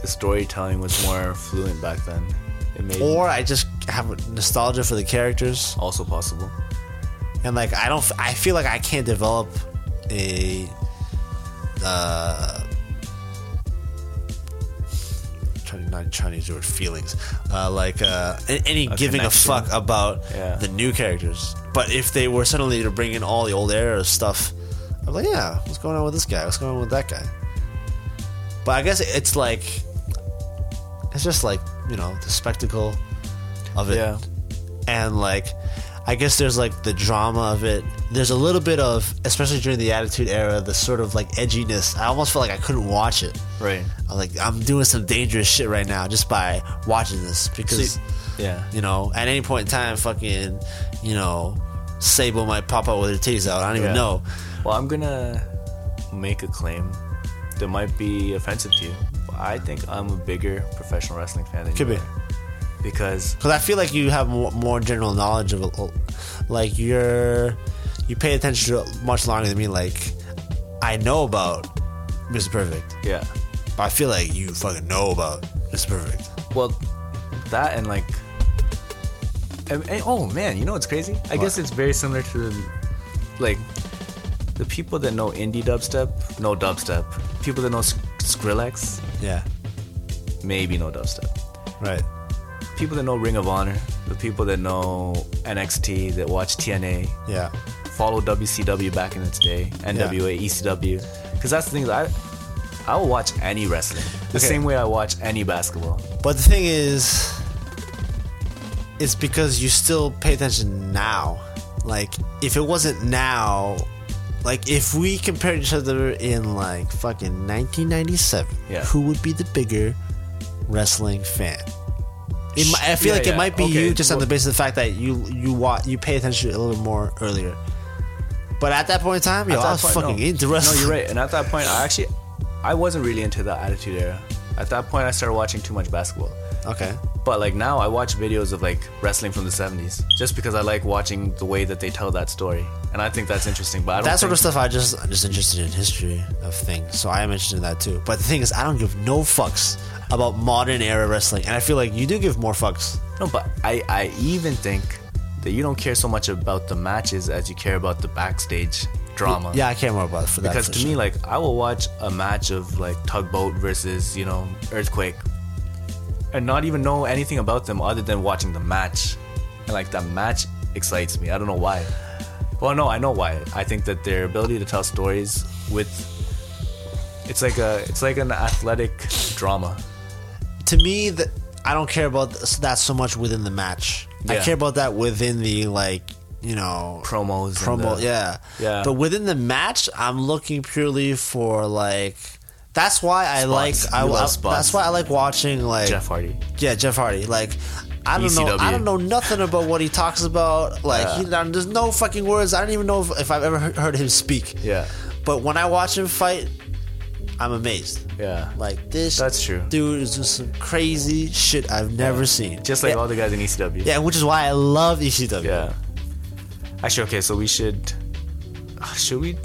the storytelling was more fluent back then. It made or i just have a nostalgia for the characters also possible. and like i don't i feel like i can't develop a uh trying to not trying to use the word feelings uh like uh a- any giving connection. a fuck about Yeah. the new characters but if they were suddenly to bring in all the old era stuff i'm like yeah what's going on with this guy what's going on with that guy but i guess it's like it's just like you know the spectacle of it Yeah. and like I guess there's like the drama of it. There's a little bit of, especially during the Attitude Era, the sort of like edginess. I almost felt like I couldn't watch it. Right. I'm like, I'm doing some dangerous shit right now just by watching this because, yeah. you know, at any point in time, fucking, you know, Sable might pop out with her titties out. I don't even Yeah. know. Well, I'm gonna make a claim that might be offensive to you. But I think I'm a bigger professional wrestling fan than Could you be. are. Because Because I feel like you have more, more general knowledge of, like you're, you pay attention to it much longer than me. Like, I know about Mr. Perfect. yeah. But I feel like you fucking know about It's Perfect. Well, that and like. and- and- oh man, you know what's crazy? I guess it's very similar to the, like the people that know indie dubstep, no dubstep. People that know Sk- Skrillex, Yeah. maybe no dubstep. Right. People that know Ring of Honor, the people that know NXT, that watch TNA, Yeah. follow WCW back in its day, NWA, ECW. Because that's the thing, that I, I will watch any wrestling the Okay. same way I watch any basketball. But the thing is, it's because you still pay attention now. Like, if it wasn't now, like, if we compared each other in, like, fucking 1997, Yeah. who would be the bigger wrestling fan? It, mi- I feel Yeah, like yeah. it might be Okay, you, just on well- the basis of the fact that you you wa- you pay attention a little bit more earlier. But at that point in time, yo, At that I was point, fucking no. into wrestling. No, you're right. And at that point, I actually, I wasn't really into the Attitude Era. At that point, I started watching too much basketball. [LAUGHS] Okay. But like now, I watch videos of like wrestling from the 70s just because I like watching the way that they tell that story, and I think that's interesting. But I don't. That think, sort of stuff I just I'm just interested in history of things. So I am interested in that too. But the thing is I don't give no fucks about modern era wrestling. And I feel like you do give more fucks. No, but I I even think that you don't care so much about the matches as you care about the backstage drama. Yeah, I care more about for that. Because for to sure. me, like, I will watch a match of like Tugboat versus you know Earthquake, and not even know anything about them other than watching the match, and like that match excites me. I don't know why. Well, no, I know why. I think that their ability to tell stories with it's like a it's like an athletic drama. to me that I don't care about th- that so much within the match. I Yeah. care about that within the like you know Promos and promo. the- yeah, Yeah. But within the match, I'm looking purely for like. That's why I Spots. like I, You love I spots. that's why I like watching like Jeff Hardy. yeah Jeff Hardy like. I don't know. I ECW. don't know nothing about what he talks about. Like, he, there's no fucking words. I don't even know if, if I've ever he- heard him speak. Yeah. But when I watch him fight, I'm amazed. Yeah. Like this. That's true. Dude is just some crazy shit I've never seen. Just like yeah, all the guys in E ECW. yeah, which is why I love E ECW. Yeah. Actually, okay. So we should. uh, Should we?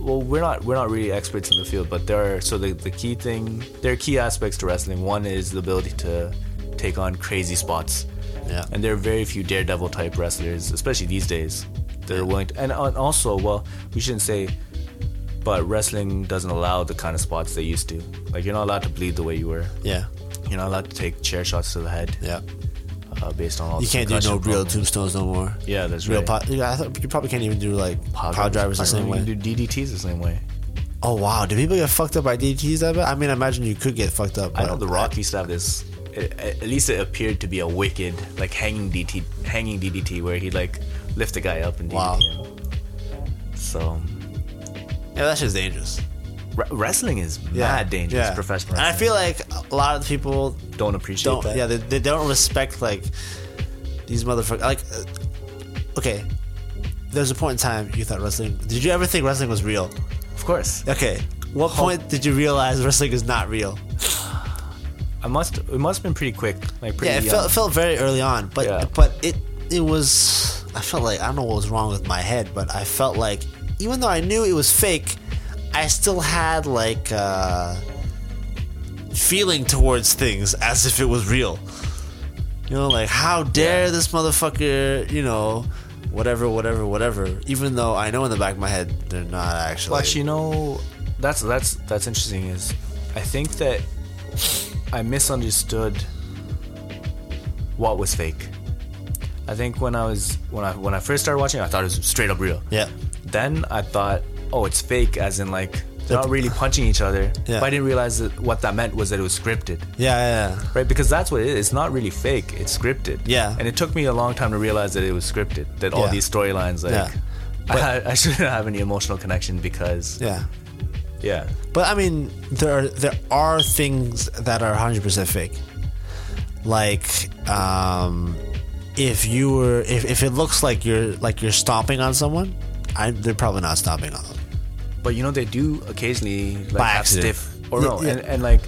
Well, we're not we're not really experts in the field, but there are so the, the key thing there are key aspects to wrestling. One is the ability to take on crazy spots, Yeah. and there are very few daredevil type wrestlers, especially these days, that are willing to. And, and also, well, we shouldn't say, but wrestling doesn't allow the kind of spots they used to. Like you're not allowed to bleed the way you were. yeah. You're not allowed to take chair shots to the head Yeah. uh, based on all. You the can't do no concussion real problems. tombstones no more. Yeah, that's Real right. pot. Yeah, I thought you probably can't even do like power, drivers the same You way. can do DDTs the same way. oh wow, do people get fucked up by DDTs that bad? I mean, I imagine you could get fucked up. I but- know the Rock used to have this. It, at least it appeared to be a wicked like hanging DT, hanging DDT where he like lift the guy up and DDT Wow. him. So Yeah, that shit's dangerous. re- wrestling is mad dangerous. Professional And I wrestling. feel like a lot of the people don't appreciate don't. that. Yeah, they, they don't respect like these motherfuckers. Like, uh, okay, there's a point in time you thought wrestling. Did you ever think wrestling was real? of course. Okay, what point did you realize wrestling is not real? I must. It must have been pretty quick. Like pretty. um, Yeah, it young. felt, it felt very early on, but Yeah. but it it was. I felt like I don't know what was wrong with my head, but I felt like even though I knew it was fake, I still had like. uh feeling towards things as if it was real. You know, like how dare this motherfucker, you know, whatever, whatever, whatever. Even though I know in the back of my head they're not actually. Well, actually, you know, that's that's that's interesting. Is I think that I misunderstood what was fake. I think when I was when I when I first started watching, I thought it was straight up real. yeah, Then I thought, oh, it's fake, as in like they're not really punching each other. Yeah. But I didn't realize that what that meant was that it was scripted, yeah, yeah, yeah. right? Because that's what it is. It's not really fake. It's scripted. Yeah. And it took me a long time to realize that it was scripted. That all Yeah. these storylines, like, Yeah. [LAUGHS] I, I shouldn't have any emotional connection because yeah. yeah. But I mean, there are, there are things that are 100% fake. Like um if you were if, if it looks like you're like you're stomping on someone, I, they're probably not stomping on them. But you know they do occasionally like By have accident. stiff or Yeah, no, yeah. and, and like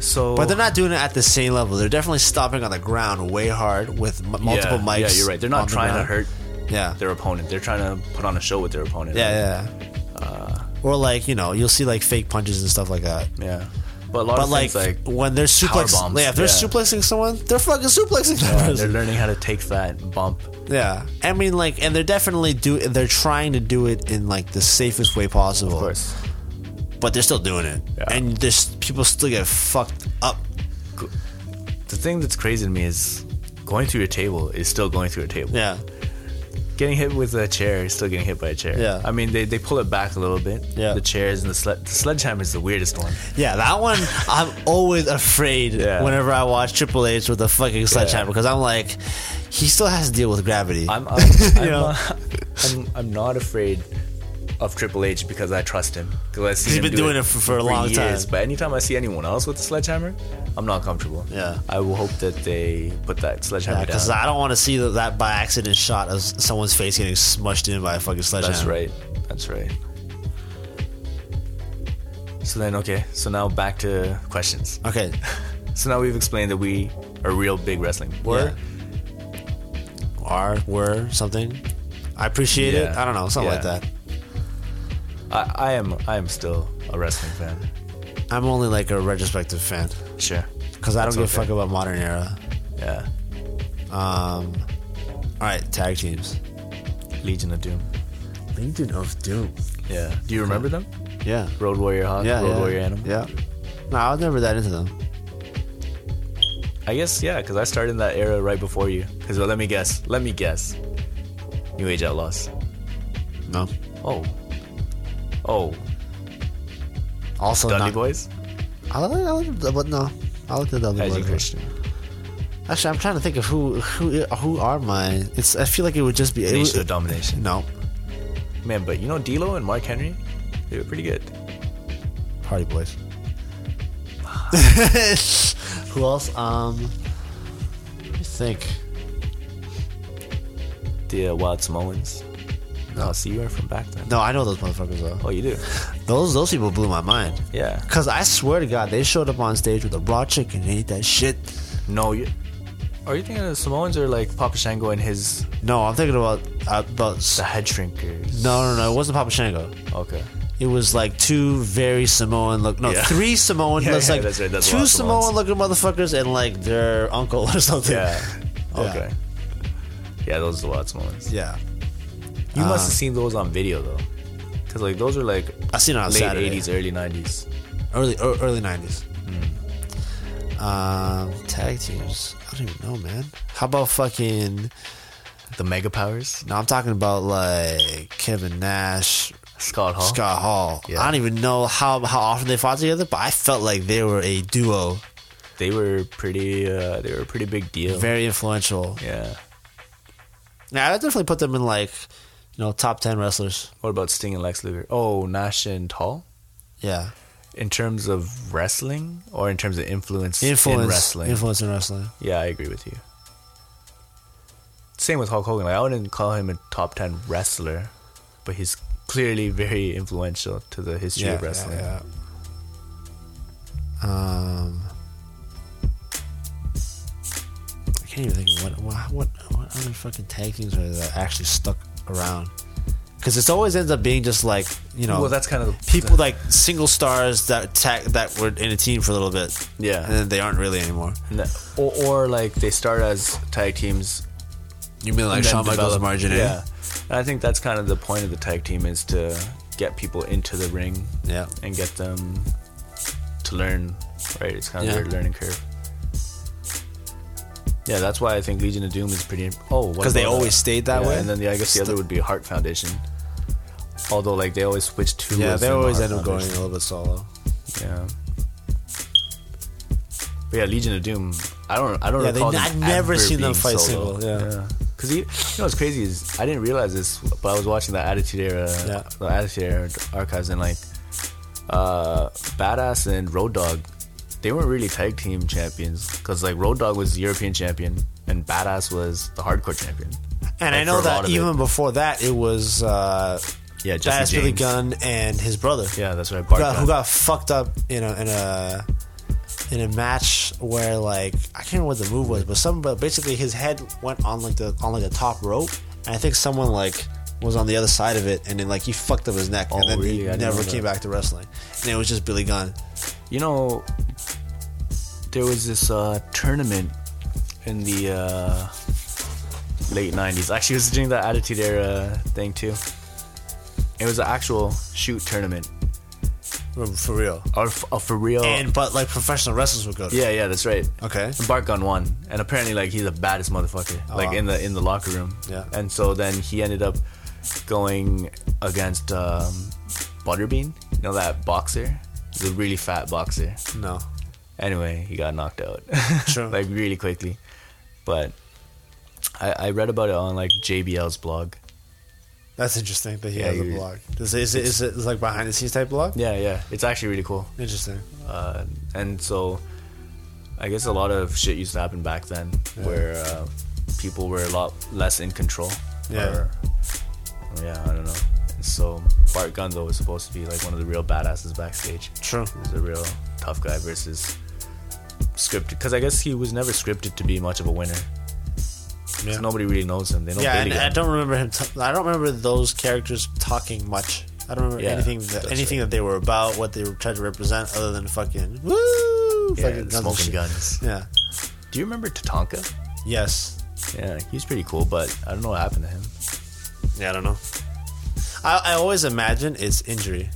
so. But they're not doing it at the same level. They're definitely stomping on the ground way hard with m- multiple yeah, mics. Yeah, you're right. They're on not the trying to ground. hurt Yeah. their opponent. They're trying to put on a show with their opponent. yeah, yeah. Uh, or like you know, you'll see like fake punches and stuff like that. yeah. But a lot But of like, things like when they're suplex, bombs, yeah, if they're yeah. suplexing someone, they're fucking suplexing that uh, [LAUGHS] person. they're learning how to take that bump. Yeah, I mean, like, and they're definitely do. They're trying to do it in like the safest way possible. Of course, but they're still doing it, Yeah. and there's people still get fucked up. the thing that's crazy to me is going through your table is still going through your table. Yeah, Getting hit with a chair is still getting hit by a chair. Yeah. I mean they, they pull it back a little bit. Yeah. The chairs and the sled the sledgehammer is the weirdest one. yeah, that one I'm always afraid Yeah. whenever I watch Triple H with a fucking sledgehammer because I'm like, he still has to deal with gravity. [LAUGHS] I'm I'm, I'm, know? not, I'm I'm not afraid of Triple H because I trust him. Because He's been doing it for- for a long time. But anytime I see anyone else with a sledgehammer, I'm not comfortable. Yeah. I will hope that they put that sledgehammer down. because I don't want to see that, that by accident shot of someone's face getting smushed in by a fucking sledgehammer. That's right. That's right. So then, okay. So now back to questions. Okay, So now we've explained that we a real big wrestling. Were Are, were, something. I appreciate it. Yeah. I don't know, something Yeah. like that. I, I am I am still a wrestling fan. I'm only like a retrospective fan Sure. because I don't give That's a fuck about modern era. Um, Yeah. All right, tag teams. Legion of Doom. Legion of Doom. Yeah. Do you remember them? Yeah. Road Warrior Hawk, Yeah. Road yeah. Warrior Animal. Yeah. No, I was never that into them. I guess yeah, because I started in that era right before you. Because let me guess, let me guess. New Age Outlaws. No. Oh. Oh. Also, Dudley not, Boys. I like, I like, the- but no, I like the Dudley Edgy Boys. Christian. Actually, I'm trying to think of who who who are my. It's. I feel like it would just be. It Nation would- of Domination. no, Man, but you know D'Lo and Mark Henry, they were pretty good. Party Boys. [LAUGHS] who else? Um, let me think. The uh, Wild Samoans. No, see, you are from back then. No, I know those motherfuckers though. Oh, you do. Those those people blew my mind. Yeah. Cause I swear to God, they showed up on stage with a raw chicken and ate that shit. No, you. Are you thinking the Samoans are like Papa Shango and his No, I'm thinking about about. the head shrinkers? No, no, no. It wasn't Papa Shango. Okay. It was like two very Samoan look. No, Yeah. three Samoan. Yeah, looks yeah, like that's right, that's a lot two of Samoan Samoans. looking motherfuckers and like their uncle or [LAUGHS] something. Yeah. Okay. Yeah, those are the Wild Samoans. Yeah. You must Ah. have seen those on video though, because like those are like I seen it on late Saturday. 80s, early 90s. Early ear- early nineties. Hmm. Um, tag teams. I don't even know, man. How about fucking? The Mega Powers, No, I'm talking about like Kevin Nash, Scott Hall. Scott Hall. Yeah. I don't even know how how often they fought together, but I felt like they were a duo, They were pretty. Uh, they were a pretty big deal. very influential. yeah. Now I definitely put them in like, you know, top ten wrestlers. What about Sting and Lex Luger? Oh, Nash and Hall. Yeah, In terms of wrestling, or in terms of influence, influence in wrestling. influence in wrestling. yeah, I agree with you. Same with Hulk Hogan. Like, I wouldn't call him a top ten wrestler, but he's clearly very influential to the history of wrestling. yeah, yeah. Um, I can't even think of what what what, what other fucking tag teams are that actually stuck around. Because it's always ends up being just like you know. Well, that's kind of the- people like single stars that tag that were in a team for a little bit. Yeah. and then they aren't really anymore. And that- Or, or like they start as tag teams You mean like then Shawn Michaels develop- and Margin? Yeah, and I think that's kind of the point of the tag team is to get people into the ring yeah. and get them to learn. Right, it's kind of Yeah. their learning curve. Yeah, that's why I think Legion of Doom is pretty. Oh, what 'Cause they about, uh, always stayed that yeah, way? And then the, I guess the other would be Heart Foundation. Although, like they always switch to. Yeah, of they them, always Heart end up going a Foundation. little bit solo. Yeah. But yeah, Legion of Doom. I don't. I don't Yeah, they- recall. them I've never ever seen them being fight solo. single, yeah. Cause you, you know what's crazy is I didn't realize this, but I was watching the Attitude Era, Yeah. the Attitude Era archives, and like, uh, Badass and Road Dog, they weren't really tag team champions, cause like Road Dog was the European champion and Badass was the Hardcore champion. And I Like, know for a lot that of even it. before that, it was uh, yeah, Jesse Badass Billy James. Gunn and his brother Yeah, that's right. who, Bart got, who Gunn. got fucked up in a in a in a match where like I can't remember what the move was, but some but basically his head went on like the on like the top rope, and I think someone like was on the other side of it, and then like he fucked up his neck, Oh, and then really? I he didn't never know came that. back to wrestling, and it was just Billy Gunn. you know there was this uh, tournament in the uh, late 90s actually it was during that attitude era thing too it was an actual shoot tournament For real. or f- a for real And but like professional wrestlers would go to. Oh. yeah yeah that's right Okay. and Bart Gunn won, and apparently like he's the baddest motherfucker, like wow. in the in the locker room. Yeah. And so then he ended up going against um, Butterbean, you know that boxer, the really fat boxer. No. Anyway, he got knocked [LAUGHS] out. Sure. like really quickly. But I, I read about it on like JBL's blog. That's interesting that he Yeah, has a you- blog. Is it, is it, is it like behind the scenes type blog? Yeah, yeah. It's actually really cool. Interesting. Uh, and so I guess a lot of shit used to happen back then where uh, people were a lot less in control. Yeah. Or- yeah, I don't know. And so Bart Gunn though was supposed to be like one of the real badasses backstage. True. He was a real tough guy versus scripted because I guess he was never scripted to be much of a winner. 'Cause Yeah. Nobody really knows him. They know yeah, Billy. and I don't remember him. T- I don't remember those characters talking much. I don't remember Yeah, anything that that's anything that they were about, what they were trying to represent, other than fucking woo, yeah, fucking guns and smoking shit. guns. Yeah. Do you remember Tatanka? Yes. Yeah, he's pretty cool, but I don't know what happened to him. Yeah, I don't know. I, I always imagine it's injury.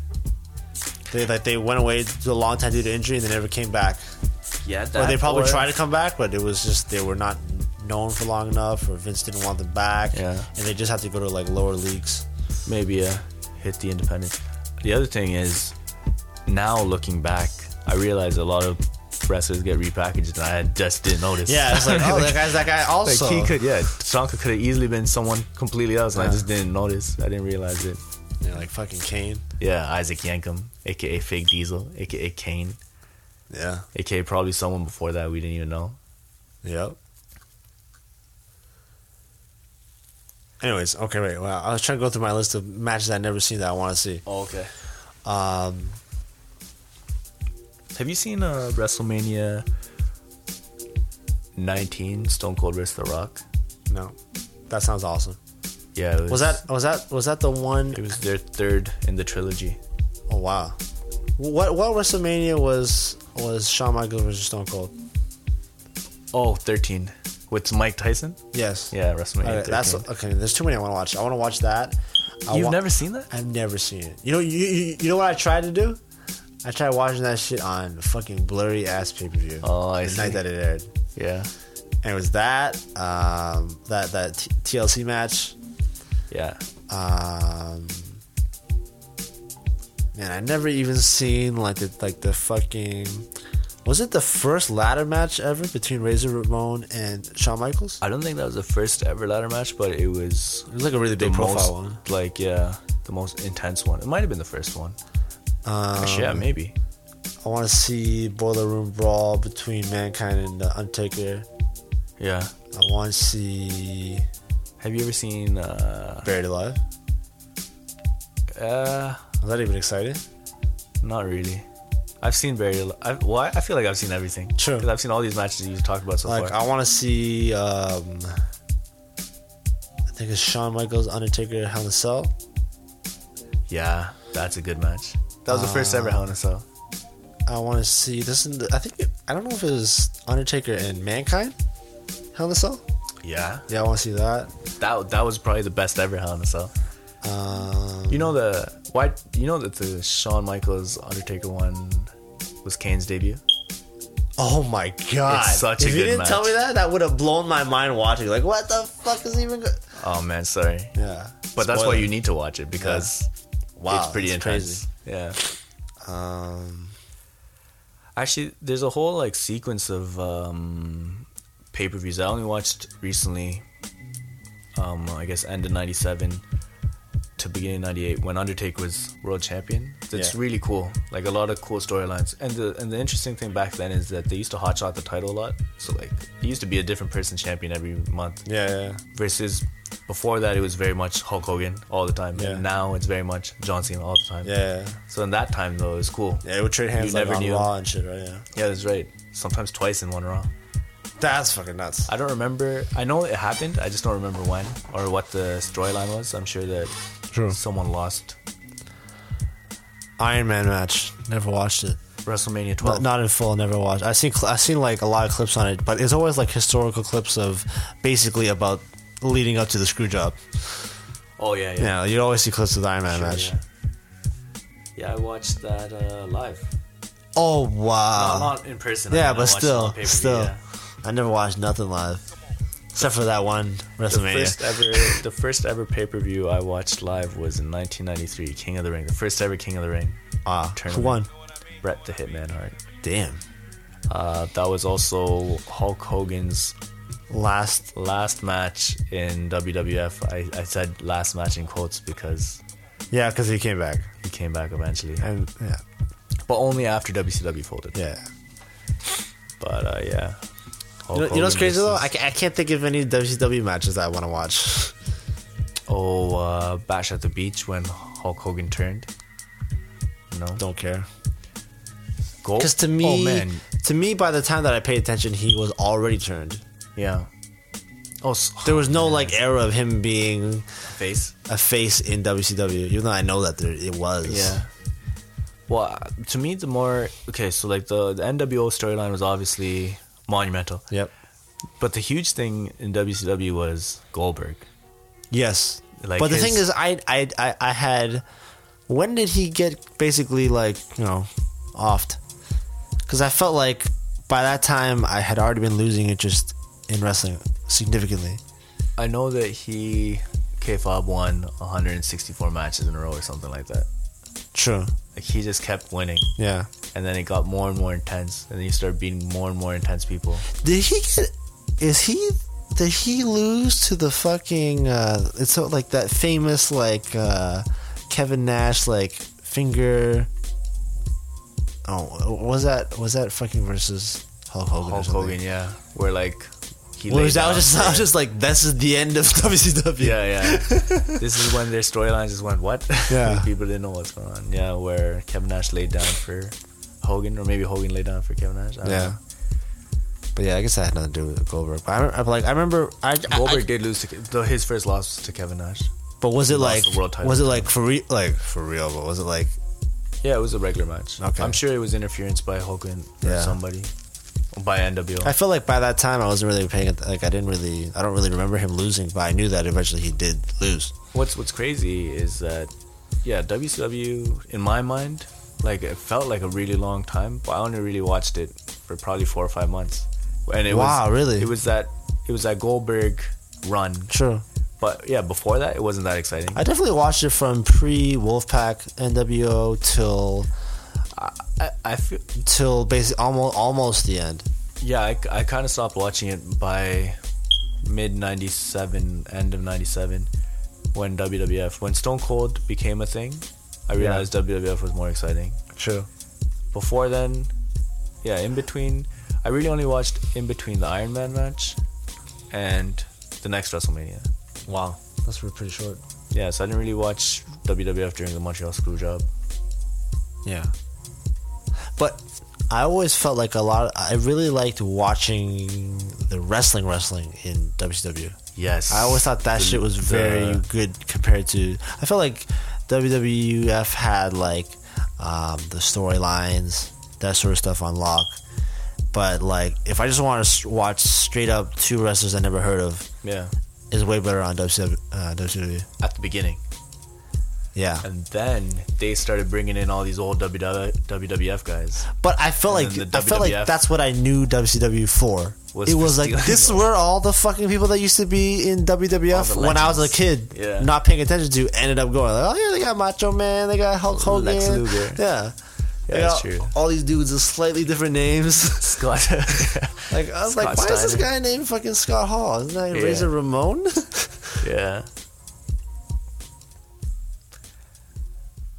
They like they went away to a long time due to injury and they never came back. Yeah, that Or they probably tried to come back, but it was just they were not known for long enough, or Vince didn't want them back, Yeah. and they just have to go to like lower leagues. maybe uh, hit the independent. The other thing is, now looking back, I realize a lot of wrestlers get repackaged, and I just didn't notice. Yeah, [LAUGHS] it's like oh that guy's that guy Like also. he could, yeah, Tatanka could have easily been someone completely else, and I Yeah. just didn't notice. I didn't realize it. Yeah, like fucking Kane. Yeah, Isaac Yankum, aka Fake Diesel, aka Kane, Yeah. aka probably someone before that we didn't even know. Yep. Anyways, okay, wait. Well, I was trying to go through my list of matches I've never seen that I want to see. Oh, okay. Um, Have you seen uh, WrestleMania 19 Stone Cold vs. The Rock? no, that sounds awesome. Yeah, it Was that was that was that the one It was their third in the trilogy. Oh wow. What what WrestleMania was was Shawn Michaels versus Stone Cold? Oh, 13. With Mike Tyson? Yes. Yeah, Okay, WrestleMania 13. that's okay. There's too many I want to watch. I want to watch that. I You've wa- never seen that? I've never seen it. You know, you, you you know what I tried to do? I tried watching that shit on fucking blurry ass pay per view. Oh, I the see. night that it aired, Yeah. and it was that um, that that T- TLC match. Yeah. Um, man, I never even seen like the like the fucking. Was it the first ladder match ever between Razor Ramon and Shawn Michaels? I don't think that was the first ever ladder match, but it was It was like a really the big profile most, one. like, yeah, the most intense one. It might have been the first one. Um, Actually, yeah, maybe. I want to see Boiler Room Brawl between Mankind and the Undertaker. Yeah. I want to see Have you ever seen, uh, Buried Alive. uh, I'm not even excited. not really. I've seen very, i well, I I feel like I've seen everything. Sure. 'Cause I've seen all these matches you've talked about so Like far. I want to see. Um, I think it's Shawn Michaels, Undertaker, Hell in a Cell. yeah, that's a good match. uh, Um, That was the first ever Hell in a Cell. I want to see this. In the, I think it, I don't know if it was Undertaker and Mankind. Hell in a Cell. Yeah. Yeah, I want to see that. That, that was probably the best ever Hell in a Cell. Um, You know the why? You know that the Shawn Michaels Undertaker one was Kane's debut. oh my god! It's such a if you good didn't tell match. me that, that would have blown my mind watching. Like, what the fuck is even? Go-? Oh man, sorry, Yeah, but that's why Spoiler. you need to watch it because Wow, it's pretty that's intense. Yeah, Um, actually, there's a whole like sequence of um, pay per views. I only watched recently. Um, I guess end of '97 to beginning of '98 when Undertaker was world champion. It's Yeah. really cool. Like a lot of cool storylines. And the and the interesting thing back then is that they used to hotshot the title a lot. So like, it used to be a different person champion every month. yeah, yeah, yeah. versus before that it was very much Hulk Hogan all the time, Yeah. and now it's very much John Cena all the time. yeah, So in that time though, it was cool. yeah. It would trade hands You like never on knew. Raw and shit, right? Yeah, Yeah, that's right. Sometimes twice in one Raw. that's fucking nuts. I don't remember. I know it happened. I just don't remember when or what the storyline was. I'm sure that True. someone lost Iron Man match. Never watched it. WrestleMania Not, 12. not in full. Never watched. I seen cl- I seen like a lot of clips on it, but it's always like historical clips of basically about leading up to the screw job. oh yeah, yeah. Yeah, you always see clips of the Iron Man Sure, match. yeah. Yeah, I watched that uh, live. Oh wow! No, not in person. I yeah, mean, I but watched it on still, pay-per-view, still, yeah. I never watched nothing live except for that one WrestleMania. First ever, the first ever pay per view I watched live was in 1993, King of the Ring. The first ever King of the Ring, ah, who tournament. won? Bret the Hitman Hart. Damn, Uh, that was also Hulk Hogan's last. last match in WWF. I, I said last match in quotes because Yeah, because he came back, he came back eventually, and yeah, but only after WCW folded. yeah. But uh, yeah. Hulk You know, you know what's Hogan crazy though? I, versus- ca- I can't think of any WCW matches that I want to watch. [LAUGHS] oh, uh, Bash at the Beach when Hulk Hogan turned. No. Don't care. goal. Because to me, oh man, to me, by the time that I paid attention, he was already turned. yeah. Oh, s- There was no like era of him being [SIGHS] face. a face in WCW, even though I know that there it was. Yeah. Well, uh, to me, the more okay, so like the the NWO storyline was obviously monumental, Yep. but the huge thing in WCW was Goldberg. Yes. Like but the his- thing is, I, I I I had. When did he get basically like you know, offed? Because I felt like by that time I had already been losing interest in wrestling significantly. I know that he K Fob won 164 matches in a row or something like that. True. Like he just kept winning, Yeah. and then it got more and more intense, and then he started beating more and more intense people. Did he get? Is he? Did he lose to the fucking? Uh, it's so like that famous like uh, Kevin Nash like finger. Oh, was that was that fucking versus Hulk Hogan? Hulk Hogan, yeah, where like he Well, laid that was down just for I was it. just like this is the end of [LAUGHS] WCW. Yeah, [LAUGHS] yeah. this is when their storylines just went what? [LAUGHS] Yeah. People didn't know what's going on. Yeah, where Kevin Nash laid down for Hogan, or maybe Hogan laid down for Kevin Nash. I don't yeah. know. But yeah, I guess that had nothing to do with Goldberg. But I, I like I remember I, I- Goldberg did lose to Ke- though his first loss was to Kevin Nash. but was it lost like the world title. was it like for real like for real? But was it like Yeah, it was a regular match. Okay. I'm sure it was interference by Hogan or Yeah. somebody, by NWO. I felt like by that time I wasn't really paying it. Like I didn't really, I don't really remember him losing, but I knew that eventually he did lose. What's What's crazy is that, yeah, WCW in my mind, like it felt like a really long time, but I only really watched it for probably four or five months. And it Wow, was, really? It was that it was that Goldberg run, True. but yeah, before that it wasn't that exciting. I definitely watched it from pre Wolfpack NWO till I, I feel till basically almost almost the end. yeah, I, kind of stopped watching it by mid '97, end of '97, when WWF when Stone Cold became a thing. I realized WWF was more exciting. True. before then, yeah, in between, I really only watched in between the Iron Man match and the next WrestleMania. Wow, that's pretty short. Yeah, so I didn't really watch WWF during the Montreal Screwjob. Yeah. But I always felt like a lot. I really liked watching the wrestling wrestling in WCW. Yes, I always thought that The- shit was the- very good compared to. I felt like WWF had like um, the storylines, that sort of stuff on lock. But like, if I just want to watch straight up two wrestlers I never heard of, yeah is way better on WCW. Uh, WCW. at the beginning, Yeah, and then they started bringing in all these old WWF guys. but I felt And like then the I felt like WWF that's what I knew WCW for. Was it for was like stealing this is all- where all the fucking people that used to be in WWF All the when I was a legends. kid, Yeah. not paying attention to, ended up going. Like, oh yeah, they got Macho Man, they got Hulk Hogan, Lex Luger. yeah. They got that's true. All these dudes with slightly different names. [LAUGHS] Scott, [LAUGHS] like I was like, Scott why is this Steiner. guy named fucking Scott Hall? Isn't that Yeah. Razor Ramon? [LAUGHS] yeah.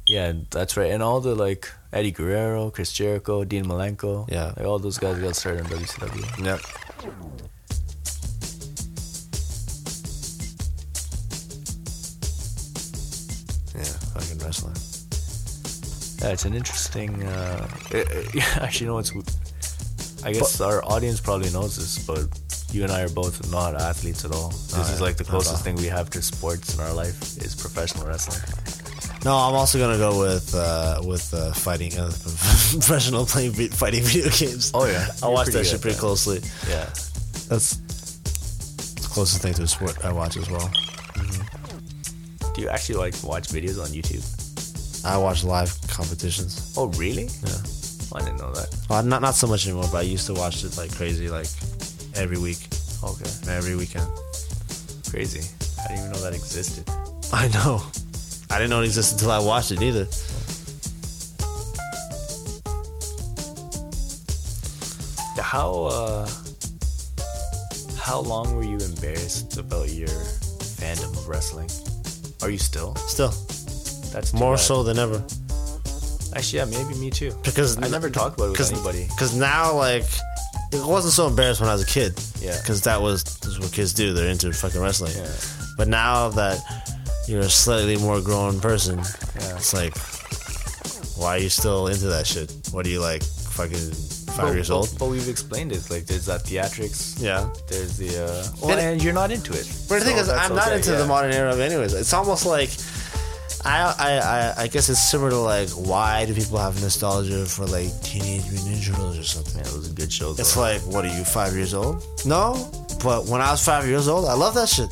Yeah, that's right. And all the like Eddie Guerrero, Chris Jericho, Dean Malenko. Yeah. Like all those guys got started on WCW. yep. Yeah, fucking wrestling. Yeah, it's an interesting. Uh, [LAUGHS] actually, you know what's. I guess our audience probably knows this, but you and I are both not athletes at all. This is like the not at all. closest thing we have to sports in our life is professional wrestling. No, I'm also gonna go with uh, with uh, fighting uh, [LAUGHS] professional playing vi- fighting video games. Oh, [LAUGHS] yeah. I You're watch pretty that shit good, pretty yeah. closely. Yeah. That's the closest thing to a sport I watch as well. Do you actually like watch videos on YouTube? I watch live competitions. Oh, really? Yeah. I didn't know that. Well, not not so much anymore, but I used to watch it like crazy, like every week, Okay. every weekend. Crazy. I didn't even know that existed. I know. I didn't know it existed until I watched it either. Yeah, How uh, how long were you embarrassed about your fandom of wrestling? Are you still? Still, That's too more bad. so than ever. Actually, yeah, maybe me too. Because I never talked about it with anybody. Because now, like, it wasn't so embarrassed when I was a kid. Yeah. Because that was that's what kids do. They're into fucking wrestling. Yeah. But now that you're a slightly more grown person, Yeah. it's like, why are you still into that shit? What do you like? fucking five But- years but- old. But, we've explained it. Like there's that theatrics. Yeah. There's the. Uh, well, And and, it- you're not into it. But the thing so is, that's I'm not okay, into yeah. the modern era of anyways. It's almost like I, I I I guess it's similar to like why do people have nostalgia for like Teenage Mutant Ninja Turtles or something? Man, those are good shows. It's though. like, what are you five years old? No, but when I was five years old, I love that shit.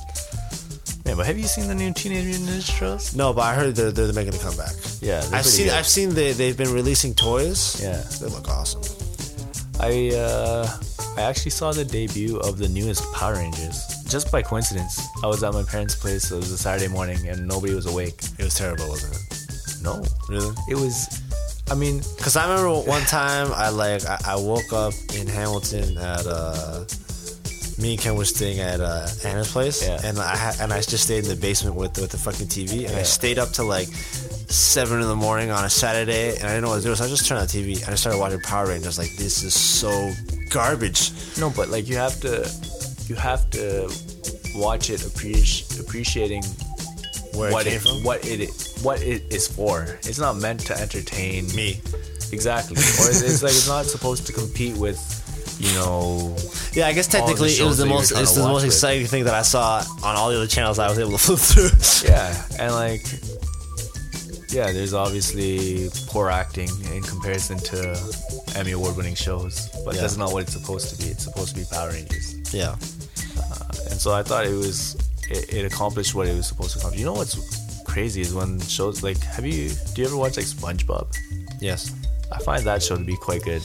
Man, but have you seen the new Teenage Mutant Ninja Turtles? No, but I heard they're they're making a comeback. Yeah, they're I've pretty seen good. I've seen they they've been releasing toys. Yeah. they look awesome. I uh, I actually saw the debut of the newest Power Rangers just by coincidence. I was at my parents' place. It was a Saturday morning, and nobody was awake. It was terrible, wasn't it? No, Really? it was. I mean, Because I remember one time I like I, I woke up in Hamilton at uh me and Ken was staying at uh, Anna's place, Yeah. and I ha- and I just stayed in the basement with with the fucking TV, and I Yeah. stayed up till like seven in the morning on a Saturday, and I didn't know what to do, so I just turned on the TV and I started watching Power Rangers. Like this is so garbage. No, but like you have to, you have to watch it appreci- appreciating Where it what came it, from? what it what it is for. It's not meant to entertain Me. exactly, or it's, it's like it's not supposed to compete with, you know, Yeah, I guess technically it was shows the that you're most trying it's to the watch most with. exciting thing that I saw on all the other channels I was able to flip through. [LAUGHS] yeah, and like. Yeah, there's obviously poor acting in comparison to Emmy award-winning shows, but Yeah. that's not what it's supposed to be. It's supposed to be Power Rangers. yeah. and so I thought it was it, it accomplished what it was supposed to accomplish. You know what's crazy is when shows like have you do you ever watch like SpongeBob? Yes. I find that show to be quite good.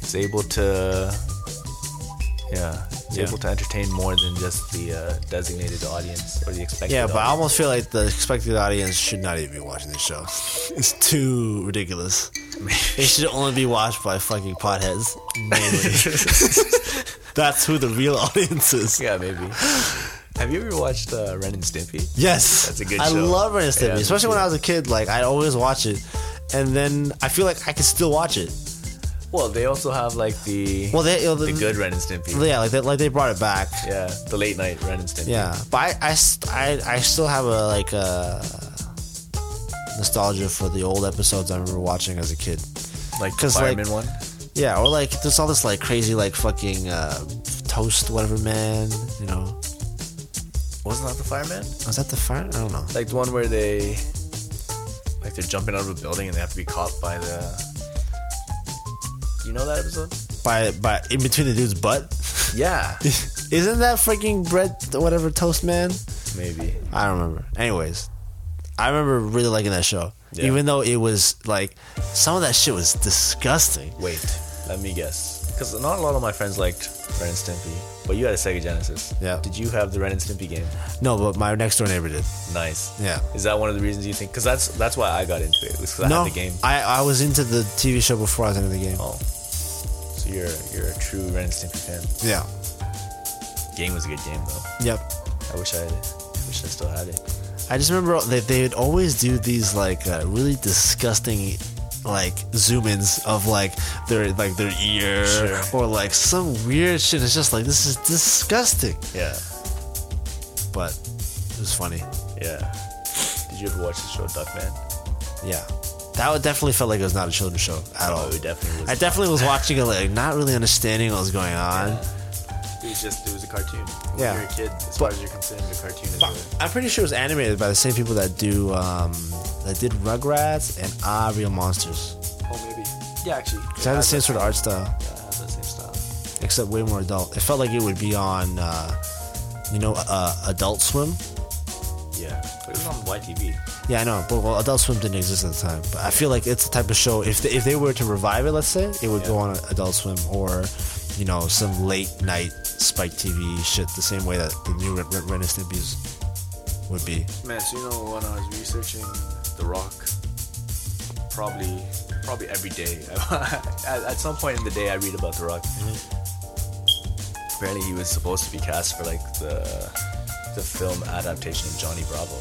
It's able to yeah, it's Yeah. able to entertain more than just the uh, designated audience or the expected. Yeah, but I audience. almost feel like the expected audience should not even be watching this show. It's too ridiculous. It should only be watched by fucking potheads. Mainly. [LAUGHS] That's who the real audience is. yeah, maybe. have you ever watched uh, Ren and Stimpy? Yes, That's a good I show. love Ren and Stimpy, Yeah, me especially when too. I was a kid. Like I always watch it, and then I feel like I can still watch it. Well, they also have like the Well, they, you know, the good Ren and Stimpy. Yeah, like they, like they brought it back. Yeah, the late night Ren and Stimpy. Yeah, but I, I, st- I, I still have a like a nostalgia for the old episodes I remember watching as a kid. like the 'Cause, like- fireman one. Yeah, or like there's all this like crazy like fucking uh, toast whatever man. You know, Wasn't that the fireman? was that the fire? I don't know. like the one where they like they're jumping out of a building and they have to be caught by the you know that episode By by in between the dude's butt. [LAUGHS] yeah Isn't that freaking bread whatever toast man? maybe I don't remember. Anyways, I remember really liking that show, Yeah. even though it was like some of that shit was disgusting. wait let me guess because not a lot of my friends liked ren and stimpy but you had a sega genesis Yeah. did you have the ren and stimpy game No, but my next door neighbor did. nice Yeah. is that one of the reasons you think because that's that's why i got into it was because no, i had the game I I was into the TV show before I was into the game. oh so you're you're a true ren and stimpy fan Yeah. game was a good game though Yep. i wish i had it i wish i still had it I just remember that they would always do these like uh, really disgusting like zoom-ins of like their like their ear Sure. or like some weird shit. It's just like this is disgusting, yeah but it was funny. Yeah. Did you ever watch the show Duckman? Yeah, that would definitely felt like it was not a children's show at all. Oh, it definitely was. I definitely was watching it like not really understanding what was going on. It was just it was a cartoon. When Yeah. you're a kid, as But- far as you're concerned, a cartoon is. Fuck. A, I'm pretty sure it was animated by the same people that do um, that did Rugrats and Ah Real Monsters. oh, maybe. Yeah, actually. It's had the same sort of art style. Yeah, it has that same style. except way more adult. It felt like it would be on, uh, you know, uh, Adult Swim. Yeah, but it was on YTV. Yeah, I know, but well, Adult Swim didn't exist at the time. But I feel like it's the type of show. If they, if they were to revive it, let's say, it would go Yeah. on Adult Swim or, you know, some late night Spike TV shit, the same way that the new Ren, Ren, Ren and Stimpy's would be. Man, so you know when I was researching The Rock, probably probably every day. [LAUGHS] at, at some point in the day, I read about The Rock. Mm-hmm. Apparently, he was supposed to be cast for like the the film adaptation of Johnny Bravo,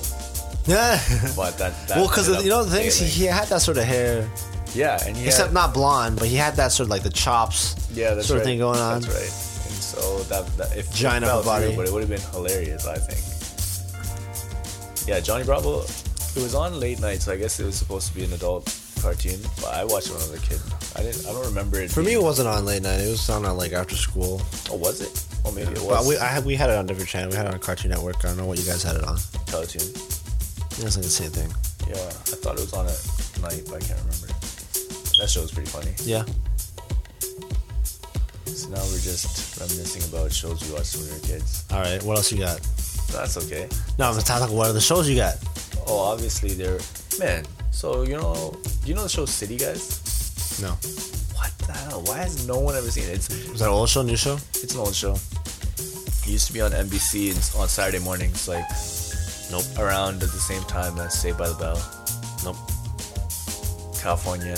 Yeah. but that, [LAUGHS] that Well, because ended you know up the things he, failing. he had that sort of hair, Yeah, and he except had, not blonde, but he had that sort of like the chops, yeah, that's sort right. of thing going on. That's right. And so that, that if Giant it upper fell through, body. but it would have been hilarious, I think. Yeah, Johnny Bravo. It was on late night, so I guess it was supposed to be an adult cartoon, but I watched it when I was a kid. I didn't. I don't remember it. For me, being- it wasn't on late night. It was on uh, like after school. oh, was it? Oh, maybe it But was. we I, had- we had it on different channel. We had it on Cartoon Network. I don't know what you guys had it on. Teletoon. It was like the same thing. Yeah, I thought it was on at night, but I can't remember. That show was pretty funny. Yeah. So now we're just reminiscing about shows we watched when we were kids. All right. What else you got? That's okay. No, I'm gonna talk about what other shows you got. Oh, obviously they're man. So you know, you know the show City Guys. No. What the hell? Why has no one ever seen it? It's Is that an old show, new show? It's an old show. It used to be on NBC and on Saturday mornings, like Nope. around at the same time as Saved by the Bell, Nope. California,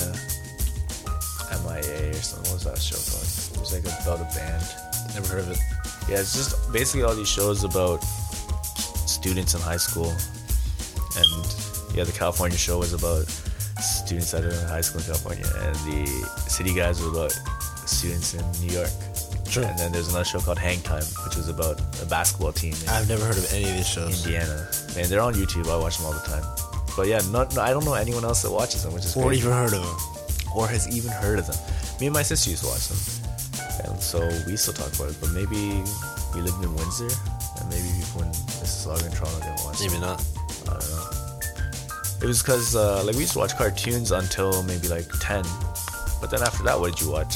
MIA or something. What was that show called? It was like about a band. Never heard of it. Yeah, it's just basically all these shows about students in high school, and yeah, the California show was about students that are in high school in California, and the City Guys was about students in New York. Sure. And then there's another show called Hang Time, which was about a basketball team. in- I've never heard of any of these shows. Indiana. Man, they're on YouTube. I watch them all the time. But yeah, not, no, I don't know anyone else that watches them, which is Or crazy. even heard of them. or has even heard of them. Me and my sister used to watch them, and so we still talk about it. But maybe we lived in Windsor, and maybe people in Mississauga and Toronto didn't watch it. Maybe not. I don't know. It was because uh, like we used to watch cartoons until maybe like ten, but then after that, what did you watch?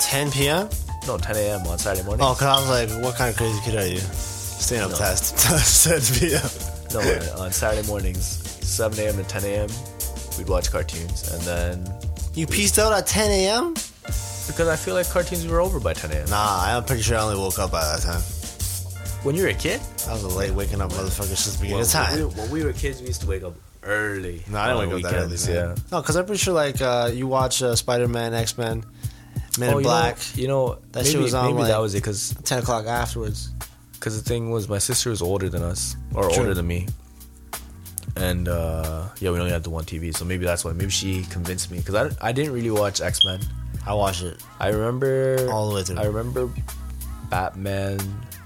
10 p.m. No, 10 a.m. on Saturday morning. Oh, cause I was like, what kind of crazy kid are you? Staying up [LAUGHS] No. past 10 p.m. No, uh, on Saturday mornings, 7 a.m. to 10 a.m. We'd watch cartoons, and then You pieced out at 10 a.m. Because I feel like cartoons were over by 10 a.m. Nah, I'm pretty sure I only woke up by that time. When you were a kid? I was a late waking up motherfucker since the beginning of time. When, we, when we were kids, we used to wake up early. No, I didn't on wake up that weekends, early. Man. No, because I'm pretty sure like uh, you watch uh, Spider Man, X Men, Men oh, in you Black, Know, you know, That maybe, shit was on, maybe like- that was it because 10 o'clock afterwards. the thing was my sister was older than us or True. older than me. And uh, yeah, we only had the one TV, so maybe that's why. Maybe she convinced me because I, I didn't really watch X Men. I watched it. I remember All the way through. I remember Batman,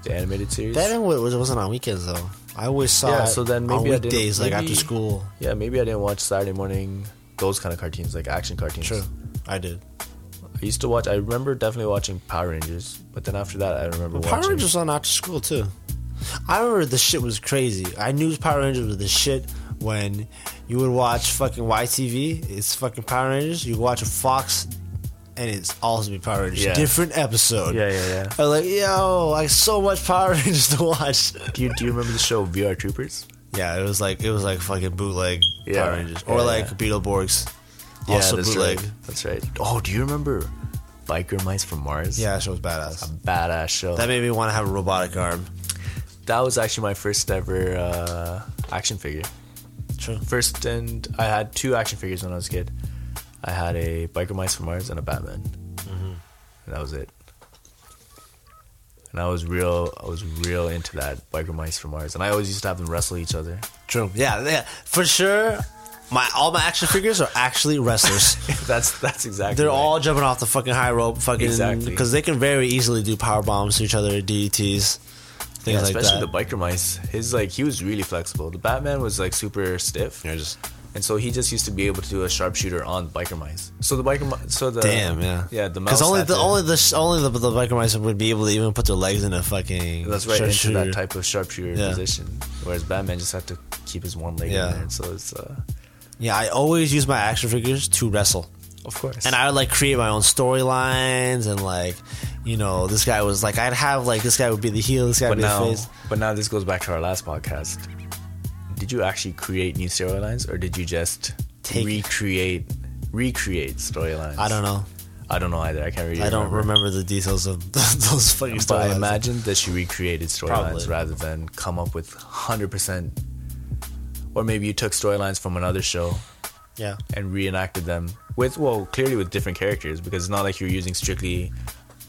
the animated series. That didn't- was, it wasn't on weekends though. I always saw Yeah, it so then on maybe I didn't- weekdays, like after maybe- school. Yeah, maybe I didn't watch Saturday morning those kind of cartoons, like action cartoons. True, I did. I used to watch. I remember definitely watching Power Rangers, but then after that, I remember watching. Power Rangers was on after school too. I remember the shit was crazy. I knew Power Rangers was the shit when you would watch fucking YTV. It's fucking Power Rangers. You watch Fox, and it's also be Power Rangers. Yeah. Different episode. Yeah, yeah, yeah. I'm like, yo, like so much Power Rangers to watch. Do you, do you remember the show VR Troopers? Yeah, it was like it was like fucking bootleg Yeah. Power Rangers or Yeah, like yeah. Beetleborgs. also that's bootleg. right. That's right. Oh, do you remember Biker Mice from Mars? Yeah, that show was badass. badass show. That That, made me want to have a robotic arm. was actually my first ever uh, action figure. True. First, and I had two action figures when I was a kid. I had a Biker Mice from Mars and a Batman, Mm-hmm. and that was it. And I was real, I was real into that Biker Mice from Mars, and I always used to have them wrestle each other. [LAUGHS] True. Yeah, yeah. For sure. My all my action figures are actually [LAUGHS] wrestlers. that's that's exactly. They're right. all jumping off the fucking high rope, fucking Exactly. because they can very easily do power bombs to each other, DDTs, things Yeah, like especially that. the biker mice. His like he was really flexible. The Batman was like super stiff, You're just and so he just used to be able to do a sharpshooter on biker mice. So the biker, mi- so the damn, yeah, yeah, the mouse because only had the to- only the only the, the biker mice would be able to even put their legs in a fucking that's right into sharpshooter. that type of sharpshooter Yeah. position. Whereas Batman just had to keep his one leg Yeah. in there. And so it's uh, Yeah, I always use my action figures to wrestle. of course, and I would like create my own storylines and like, you know, this guy was like, I'd have like this guy would be the heel, this guy would but be now the face. but now this goes back to our last podcast. Did you actually create new storylines, or did you just Take- recreate recreate storylines? I don't know. I don't know either. I can't really. I don't remember the details of [LAUGHS] those fucking But I storylines. imagine that she recreated storylines Probably. rather than come up with 100%. Or maybe you took storylines from another show Yeah, and reenacted them with, well, clearly with different characters because it's not like you're using strictly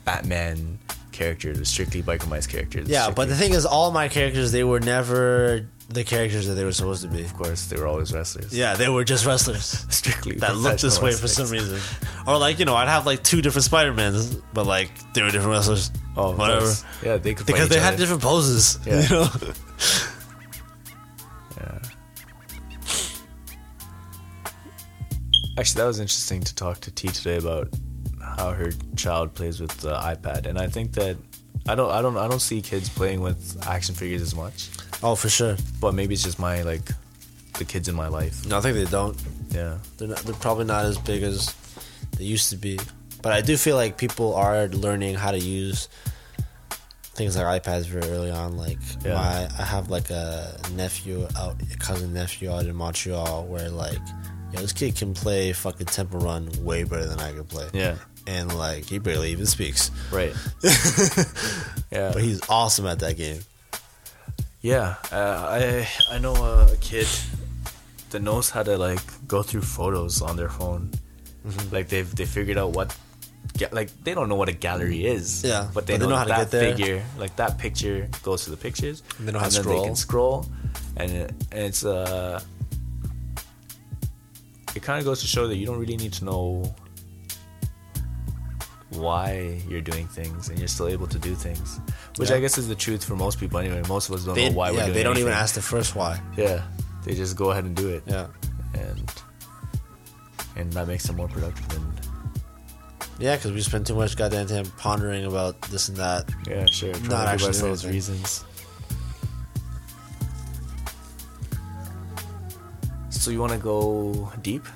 Batman characters, or strictly Biker Mice characters. yeah. But the strictly- thing is, all my characters they were never the characters that they were supposed to be. of course, they were always wrestlers. Yeah, they were just wrestlers [LAUGHS] Strictly. [LAUGHS] that looked this professional way for wrestlers. some reason. Or like you know, I'd have like two different Spider Mans, but like they were different wrestlers. Oh, of whatever. course. Yeah, they could Because fight they each had other. different poses. [LAUGHS] Yeah. You know? Yeah. Actually, that was interesting to talk to T today about how her child plays with the iPad, and I think that I don't, I don't, I don't see kids playing with action figures as much. Oh, for sure. But maybe it's just my like the kids in my life. No, I think they don't. Yeah, They're not, they're probably not as big as they used to be. But I do feel like people are learning how to use things like iPads very early on. Like Yeah. my, I have like a nephew out, a cousin nephew out in Montreal, where like, yo, this kid can play fucking Temple Run way better than I can play. yeah, And like he barely even [LAUGHS] speaks, right. yeah, but he's awesome at that game. Yeah, uh, I I know a kid that knows how to like go through photos on their phone. Mm-hmm. Like they've they figured out what, ga- like they don't know what a gallery is. Mm. Yeah, but they, know, how to that get there. figure, like that picture goes to the pictures. And they know how to then they can scroll, and, it- and it's uh, it kind of goes to show that you don't really need to know why you're doing things and you're still able to do things which Yeah. i guess is the truth for most people anyway most of us don't They, know why we're yeah, doing they don't even anything. ask the first why. Yeah, they just go ahead and do it. Yeah, and and that makes them more productive. And yeah, because we spend too much goddamn time pondering about this and that. yeah, sure. trying to Not give actually ourselves anything. reasons. So you want to go deep?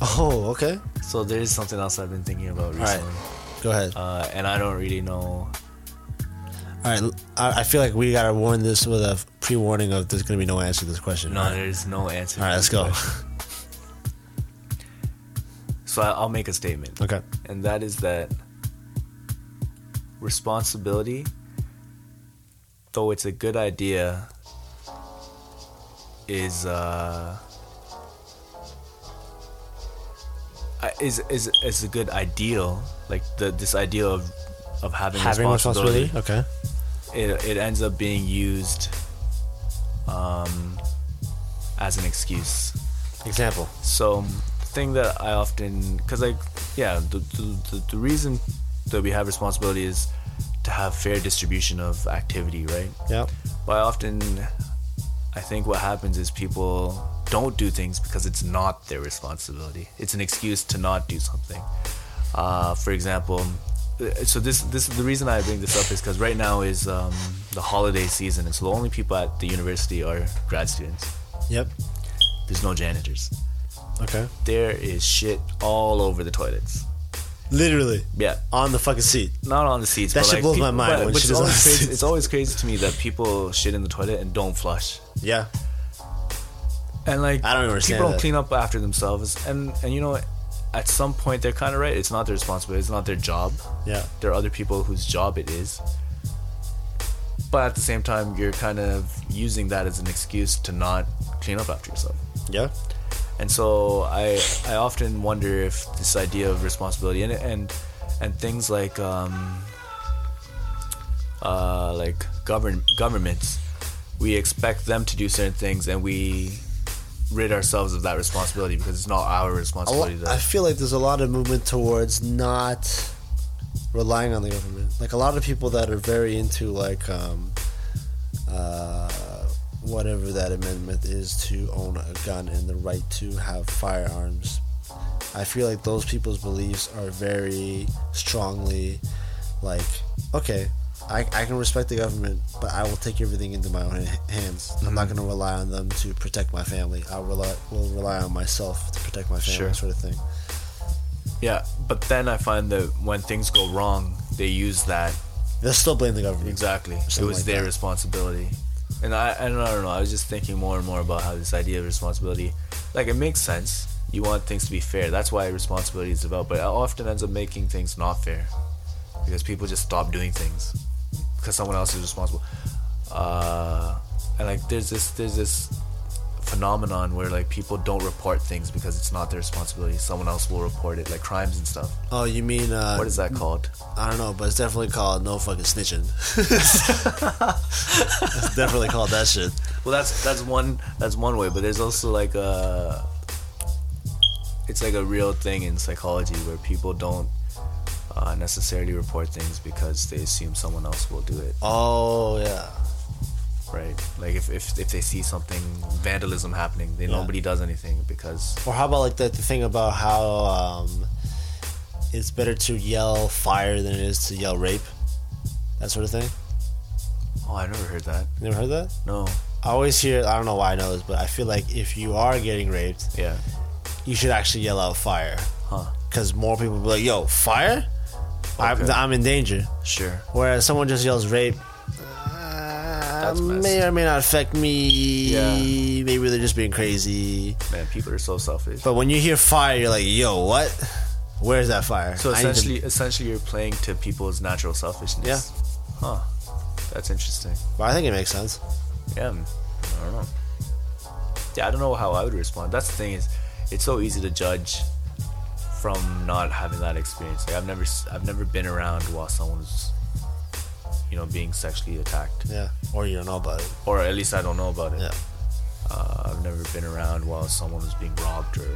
Oh, okay. So there's something else I've been thinking about right. recently, Go ahead. uh, and I don't really know. All right, I, I feel like we gotta warn this with a pre-warning of there's gonna be no answer to this question. No, All right, there's no answer. All right, to let's this go. question. So I- I'll make a statement. okay. and that is that responsibility, though it's a good idea, is uh, I- is is is a good ideal. Like the this idea of of having, Having responsibility, responsibility. Okay. It, it ends up being used um, as an excuse. Example. So the thing that I often, because like, yeah, the, the, the, the reason that we have responsibility is to have fair distribution of activity, right? Yep. But I often, I think what happens is people don't do things because it's not their responsibility. It's an excuse to not do something. Uh, for example, uh, so this this the reason I bring this up is because right now is um, the holiday season, and so the only people at the university are grad students. Yep. There's no janitors Okay. there is shit all over the toilets. Literally Yeah, on the fucking seat. not on the seats. That but shit like blows my people, mind But, when but shit is it's, on the always crazy, seats. it's always crazy to me that people shit in the toilet and don't flush. Yeah. And like I don't understand People don't that. clean up after themselves, and and you know, at some point they're kind of right. It's not their responsibility. It's not their job. Yeah. There are other people whose job it is. But at the same time, you're kind of using that as an excuse to not clean up after yourself. Yeah. And so I I often wonder if this idea of responsibility and and and things like um, uh, like govern governments, we expect them to do certain things and we rid ourselves of that responsibility because it's not our A lot, responsibility. I to, feel like there's a lot of movement towards not relying on the government. Like a lot of people that are very into like um, uh, whatever that amendment is to own a gun and the right to have firearms. I feel like those people's beliefs are very strongly like okay. I, I can respect the government, but I will take everything into my own ha- hands. I'm not Mm-hmm. going to rely on them to protect my family. I rely, will rely on myself to protect my family, Sure. sort of thing. yeah, but then I find that when things go wrong, they use that They'll still blame the government. Exactly. It Something was like their that. responsibility. And I, I don't I don't know. I was just thinking more and more about how this idea of responsibility, like it makes sense. You want things to be fair. That's why responsibility is developed. But it often ends up making things not fair because people just stop doing things because someone else is responsible. Uh, and like there's this there's this phenomenon where like people don't report things because it's not their responsibility. Someone else will report it, like crimes and stuff. Oh, you mean uh, What is that called? I don't know, but it's definitely called no fucking snitching. [LAUGHS] [LAUGHS] it's definitely called that shit. Well, that's that's one that's one way, but there's also like a it's like a real thing in psychology where people don't uh, necessarily report things because they assume someone else will do it, Oh yeah, right? Like if, if, if they see something vandalism happening, then Yeah. nobody does anything because Or how about like the, the thing about how um, it's better to yell fire than it is to yell rape? That sort of thing. oh I never heard that. You never heard that? No. I always hear. I don't know why I know this, but I feel like if you are getting raped, Yeah. you should actually yell out fire, Huh. because more people will be like, "Yo, fire! I'm, Okay. I'm in danger." Sure. Whereas someone just yells rape. That's That's messed. may or may not affect me. Yeah. Maybe they're just being crazy. Man, people are so selfish. But when you hear fire, you're like, "Yo, what? Where's that fire?" so I need to- essentially, essentially, you're playing to people's natural selfishness. Yeah. Huh. That's interesting. but I think it makes sense. Yeah. m- I don't know. Yeah, I don't know how I would respond. That's the thing is, it's so easy to judge from not having that experience. Like I've never, s- I've never been around while someone's, you know, being sexually attacked, Yeah, or you don't know about it. or at least I don't know about it. Yeah, Uh, I've never been around while someone was being robbed or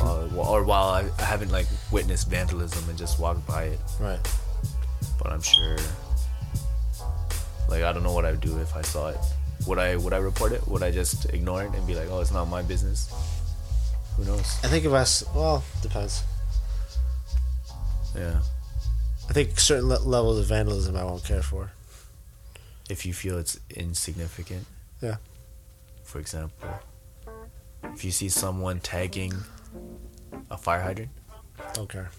while, or while I, I haven't like witnessed vandalism and just walked by it. right. But I'm sure, like I don't know what I would do if I saw it. Would I would I report it? Would I just ignore it and be like, oh, it's not my business? Who knows? I think if I s- well depends. Yeah. I think certain le- levels of vandalism I won't care for. If you feel it's insignificant, Yeah, for example, if you see someone tagging a fire hydrant, don't care.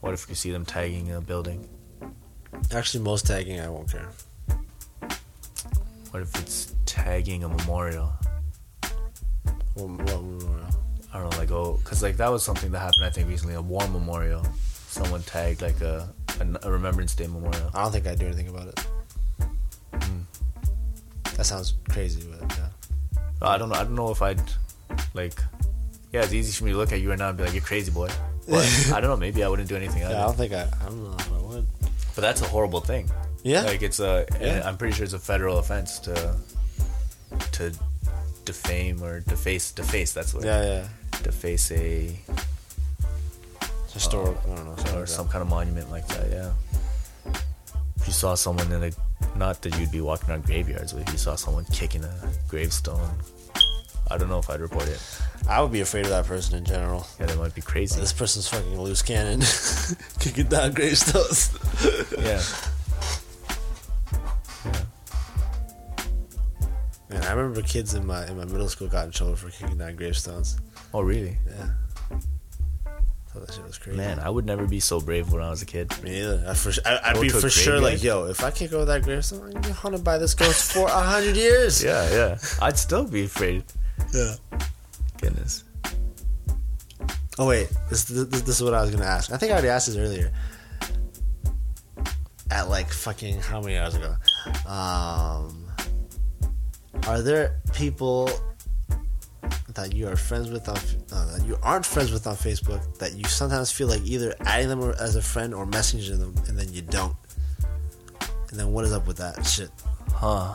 what if you see them tagging a building? Actually, most tagging I won't care. What if it's tagging a memorial? Well, well, well, I don't know, like oh, cause like that was something that happened I think recently. A war memorial, someone tagged like a a, a Remembrance Day memorial. I don't think I'd do anything about it. Hmm. That sounds crazy, but yeah. I don't know. I don't know if I'd like. Yeah, it's easy for me to look at you right now and be like, "You're crazy, boy." [LAUGHS] But I don't know. Maybe I wouldn't do anything. Yeah, I Yeah. don't think I. I don't know if I would. But that's a horrible thing. Yeah. Like it's a. Yeah. I'm pretty sure it's a federal offense to to defame or deface. Deface. That's what. yeah, yeah. Deface a It's historic. I don't know. something or like that. some kind of monument like that. Yeah. If you saw someone in a, not that you'd be walking around graveyards, but if you saw someone kicking a gravestone, I don't know if I'd report it. I would be afraid of that person in general. Yeah, that might be crazy. This person's fucking loose cannon, [LAUGHS] kicking down gravestones. yeah. Man, I remember kids in my in my middle school got in trouble for kicking down gravestones. Oh, really? Yeah. Thought that shit was crazy. Man, I would never be so brave when I was a kid. Me neither. I for, I, I'd Go be to a for sure graveyard? like, yo, if I kick over that gravestone, I'm gonna be haunted by this ghost for a hundred years. Yeah, yeah. I'd still be afraid. Yeah. Goodness. Oh wait, this, this this is what I was gonna ask. I think I already asked this earlier. At like fucking how many hours ago? Um, are there people that you are friends with on uh, that you aren't friends with on Facebook that you sometimes feel like either adding them or- as a friend or messaging them and then you don't? And then what is up with that shit? Huh.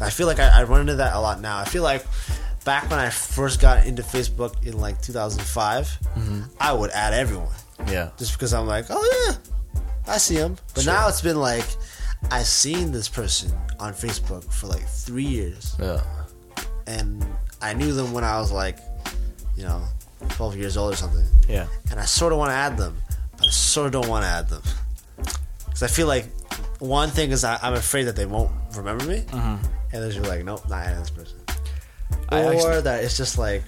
I feel like I, I run into that a lot now. I feel like back when I first got into Facebook in like 2005, I would add everyone Yeah. just because I'm like, oh yeah, I see him. But Sure. now it's been like, I've seen this person on Facebook for like three years, Yeah. and I knew them when I was like, you know, 12 years old or something. Yeah. And I sort of want to add them, but I sort of don't want to add them because I feel like one thing is I, I'm afraid that they won't remember me, and they're just like, nope, not adding this person, I or actually- that it's just like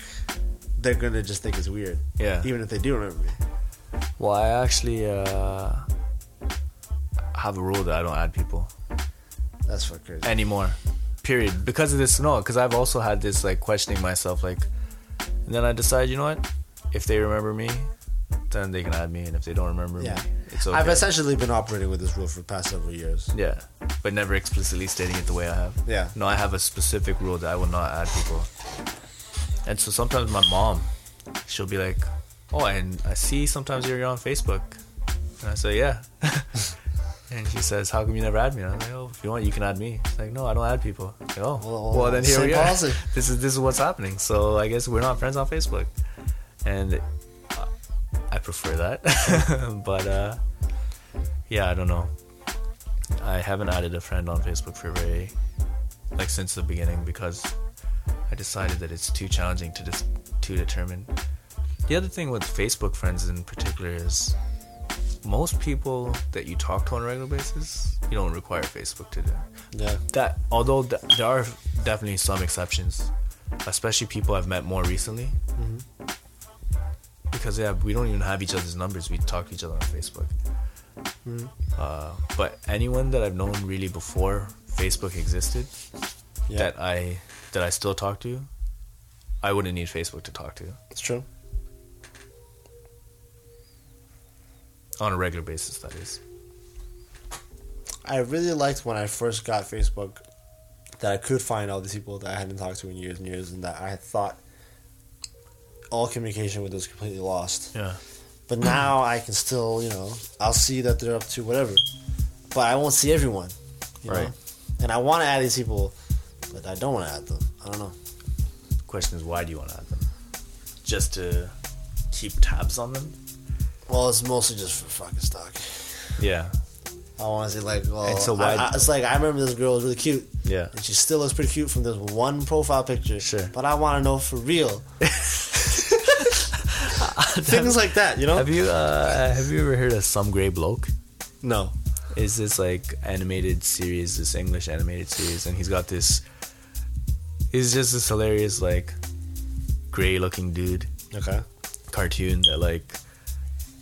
they're gonna just think it's weird, Yeah. even if they do remember me. Well, I actually uh, have a rule that I don't add people That's fucking crazy. anymore. Period. Because of this, no. Because I've also had this like questioning myself, like, and then I decide, you know what? If they remember me, then they can add me, and if they don't remember Yeah. me, it's okay. I've essentially been operating with this rule for the past several years. Yeah, but never explicitly stating it the way I have. Yeah. No, I have a specific rule that I will not add people. And so sometimes my mom, she'll be like, "Oh, and I see sometimes you're on Facebook," and I say, "Yeah." [LAUGHS] and she says, "How come you never add me?" And I'm like, "Oh, if you want, you can add me." She's like, "No, I don't add people." I'm like, oh, Well, well, then here same we are. policy. [LAUGHS] This is this is what's happening. So I guess we're not friends on Facebook, and uh, [LAUGHS] I prefer that. but uh, yeah, I don't know. I haven't added a friend on Facebook for very, like since the beginning because I decided that it's too challenging to dis- to determine. The other thing with Facebook friends in particular is most people that you talk to on a regular basis, you don't require Facebook to do. Yeah. That although th- there are definitely some exceptions, especially people I've met more recently. Because yeah, we don't even have each other's numbers. We talk to each other on Facebook. Uh, but anyone that I've known really before Facebook existed, Yeah. that I that I still talk to, I wouldn't need Facebook to talk to It's true. on a regular basis. That is. I really liked when I first got Facebook that I could find all these people that I hadn't talked to in years and years, and that I had thought all communication with was completely lost. Yeah. But now I can still, you know, I'll see that they're up to whatever, but I won't see everyone. you know? Right. And I want to add these people, but I don't want to add them. I don't know. question is, why do you want to add them? Just to keep tabs on them? Well, it's mostly just for fucking stock. Yeah. I want to say like, well, And so I- why- I- it's like I remember this girl was really cute. Yeah. and she still looks pretty cute from this one profile picture. Sure. But I want to know for real. [LAUGHS] Things like that, you know? Have you uh, have you ever heard of Some Gray Bloke? no. Is this like animated series, this English animated series, and he's got this. He's just this hilarious like, gray looking dude Okay. cartoon that like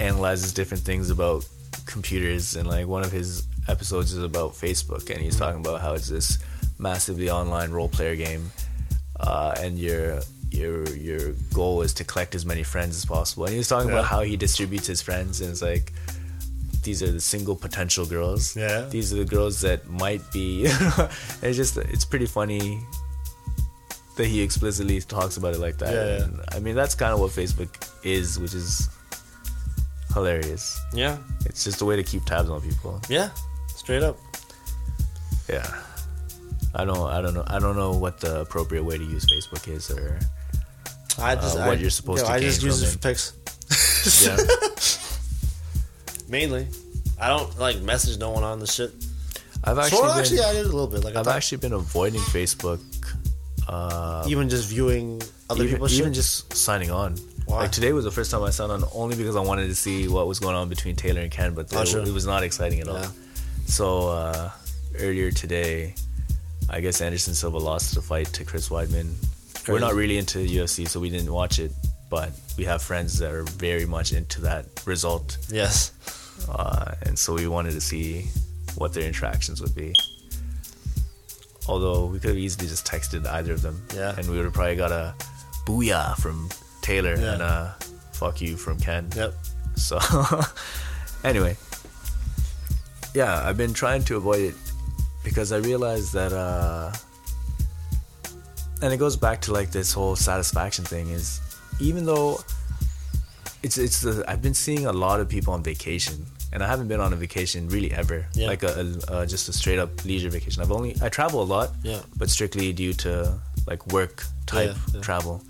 analyzes different things about computers and like one of his episodes is about Facebook and he's talking about how it's this massively online role player game uh, and your your your goal is to collect as many friends as possible and he's talking Yeah. about how he distributes his friends and it's like these are the single potential girls Yeah. these are the girls that might be [LAUGHS] it's just it's pretty funny that he explicitly talks about it like that. Yeah, yeah. And, I mean, that's kind of what Facebook is, which is hilarious. Yeah. It's just a way to keep tabs on people. Yeah. Straight up. Yeah. I don't. I don't know. I don't know what the appropriate way to use Facebook [LAUGHS] is, or I just Uh, what I, you're supposed yo, to I gain just use it from it. for pics yeah. mainly. I don't like message no one on the shit. I've actually, Sort of been, actually, I did a little bit. Like I've I actually been avoiding Facebook, uh, thought, even just viewing other even, people's even shit. just signing on. Why? Like today was the first time I signed on, only because I wanted to see what was going on between Taylor and Ken, but Oh, it- sure. it was not exciting at all. Yeah. So uh, earlier today, I guess Anderson Silva lost the fight to Chris Weidman. We're Crazy. not really into UFC, so we didn't watch it, but we have friends that are very much into that result, Yes. uh, and so we wanted to see what their interactions would be. Although we could have easily just texted either of them, Yeah. and we would have probably got a booyah from Taylor Yeah. and a fuck you from Ken. Yep. So, [LAUGHS] anyway, yeah, I've been trying to avoid it because I realized that, uh, and it goes back to like this whole satisfaction thing is, even though it's it's the I've been seeing a lot of people on vacation, and I haven't been on a vacation really ever, Yeah. like a, a, a just a straight up leisure vacation. I've only I travel a lot, Yeah. but strictly due to like work type Yeah, yeah. travel.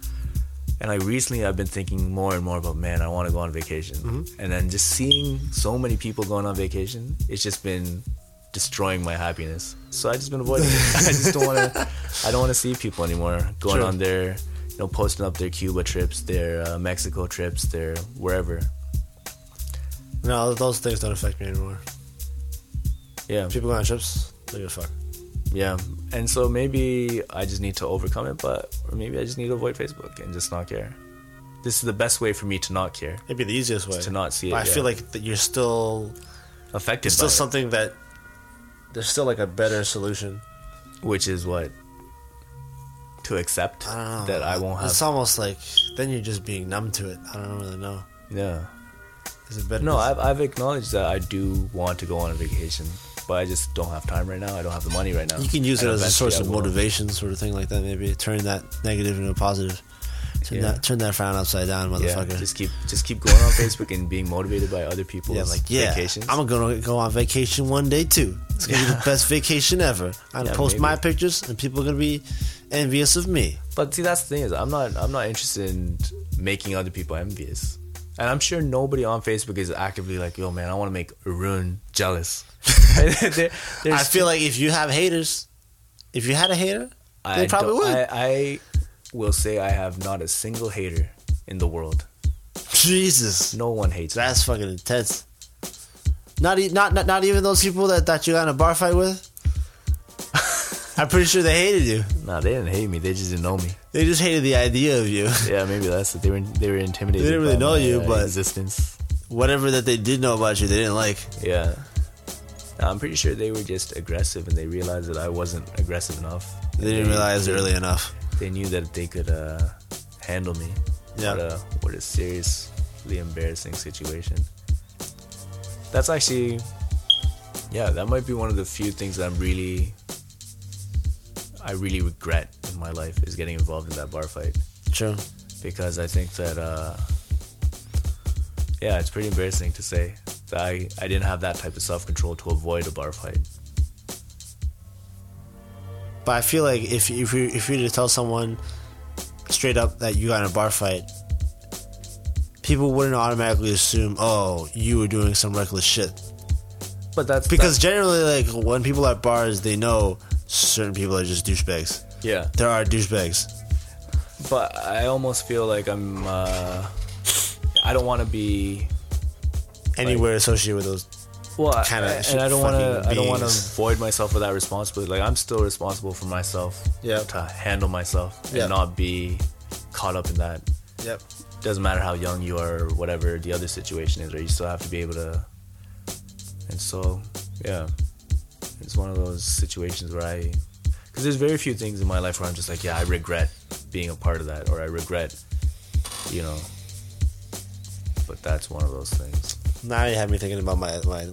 And like recently, I've been thinking more and more about man, I want to go on vacation. Mm-hmm. And then just seeing so many people going on vacation, it's just been destroying my happiness. So I just been avoiding [LAUGHS] it. I just don't want to. I don't want to see people anymore going Sure. on their, you know, posting up their Cuba trips, their uh, Mexico trips, their wherever. No, those things don't affect me anymore. Yeah, People go on trips. They give a fuck. yeah. And so maybe I just need to overcome it, but or maybe I just need to avoid Facebook and just not care. This is the best way for me to not care, It'd be the easiest way to not see it. But I yeah. feel like that you're still affected. It's still by it. something that there's still like a better solution. which is what to accept I don't know. that I won't It's have. almost like then you're just being numb to it. I don't really know. Yeah, Is it better? no, I've I've acknowledged that I do want to go on a vacation, but I just don't have time right now. I don't have the money right now. you can use it And as a source of eventually I will. motivation, sort of thing like that. Maybe turn that negative into a positive. Turn Yeah. that turn that frown upside down, Yeah, motherfucker. Yeah, just keep just keep going on Facebook and being motivated by other people's like yeah, vacations. I'm gonna go on vacation one day too. It's gonna be the best vacation ever. [LAUGHS] I'm gonna Yeah, post my maybe. pictures, and people are gonna be envious of me. but see, that's the thing is, I'm not I'm not interested in making other people envious. And I'm sure nobody on Facebook is actively like, yo, man, I want to make Arun jealous. [LAUGHS] [LAUGHS] There- there's- I feel like if you have haters, if you had a hater, [LAUGHS] they probably don't- would. I, I will say I have not a single hater in the world. Jesus, No one hates me. that's fucking intense. Not, e- not not not even those people that, that you got in a bar fight with. [LAUGHS] I'm pretty sure they hated you. Nah, they didn't hate me. They just didn't know me. They just hated the idea of you. [LAUGHS] Yeah, maybe that's it. They were they were intimidated. They didn't really by know my, you, uh, but- existence. Whatever that they did know about you, they didn't like. Yeah, Nah, I'm pretty sure they were just aggressive, and they realized that I wasn't aggressive enough. They didn't realize early enough. They knew that they could uh, handle me. Yeah. What a, what a seriously embarrassing situation. That's actually, yeah, that might be one of the few things that I'm really, I really regret in my life is getting involved in that bar fight True. because I think that uh, yeah, it's pretty embarrassing to say that I, I didn't have that type of self control to avoid a bar fight. But I feel like if if you if you were to tell someone straight up that you got in a bar fight, people wouldn't automatically assume, oh, you were doing some reckless shit. But that's Because generally, like when people are at bars, they know certain people are just douchebags. that- yeah. There are douchebags. But I almost feel like I'm uh, I don't want to be Anywhere associated with those, well, I- Kinda and I don't want to fucking I don't want to beings. void myself of that responsibility. Like I'm still responsible for myself. Yeah. To handle myself Yeah. and not be caught up in that. yep, Doesn't matter how young you are or whatever the other situation is, or you still have to be able to. And so, yeah, it's one of those situations where I, because there's very few things in my life where I'm just like, yeah, I regret being a part of that, or I regret, you know. But that's one of those things. now you have me thinking about my my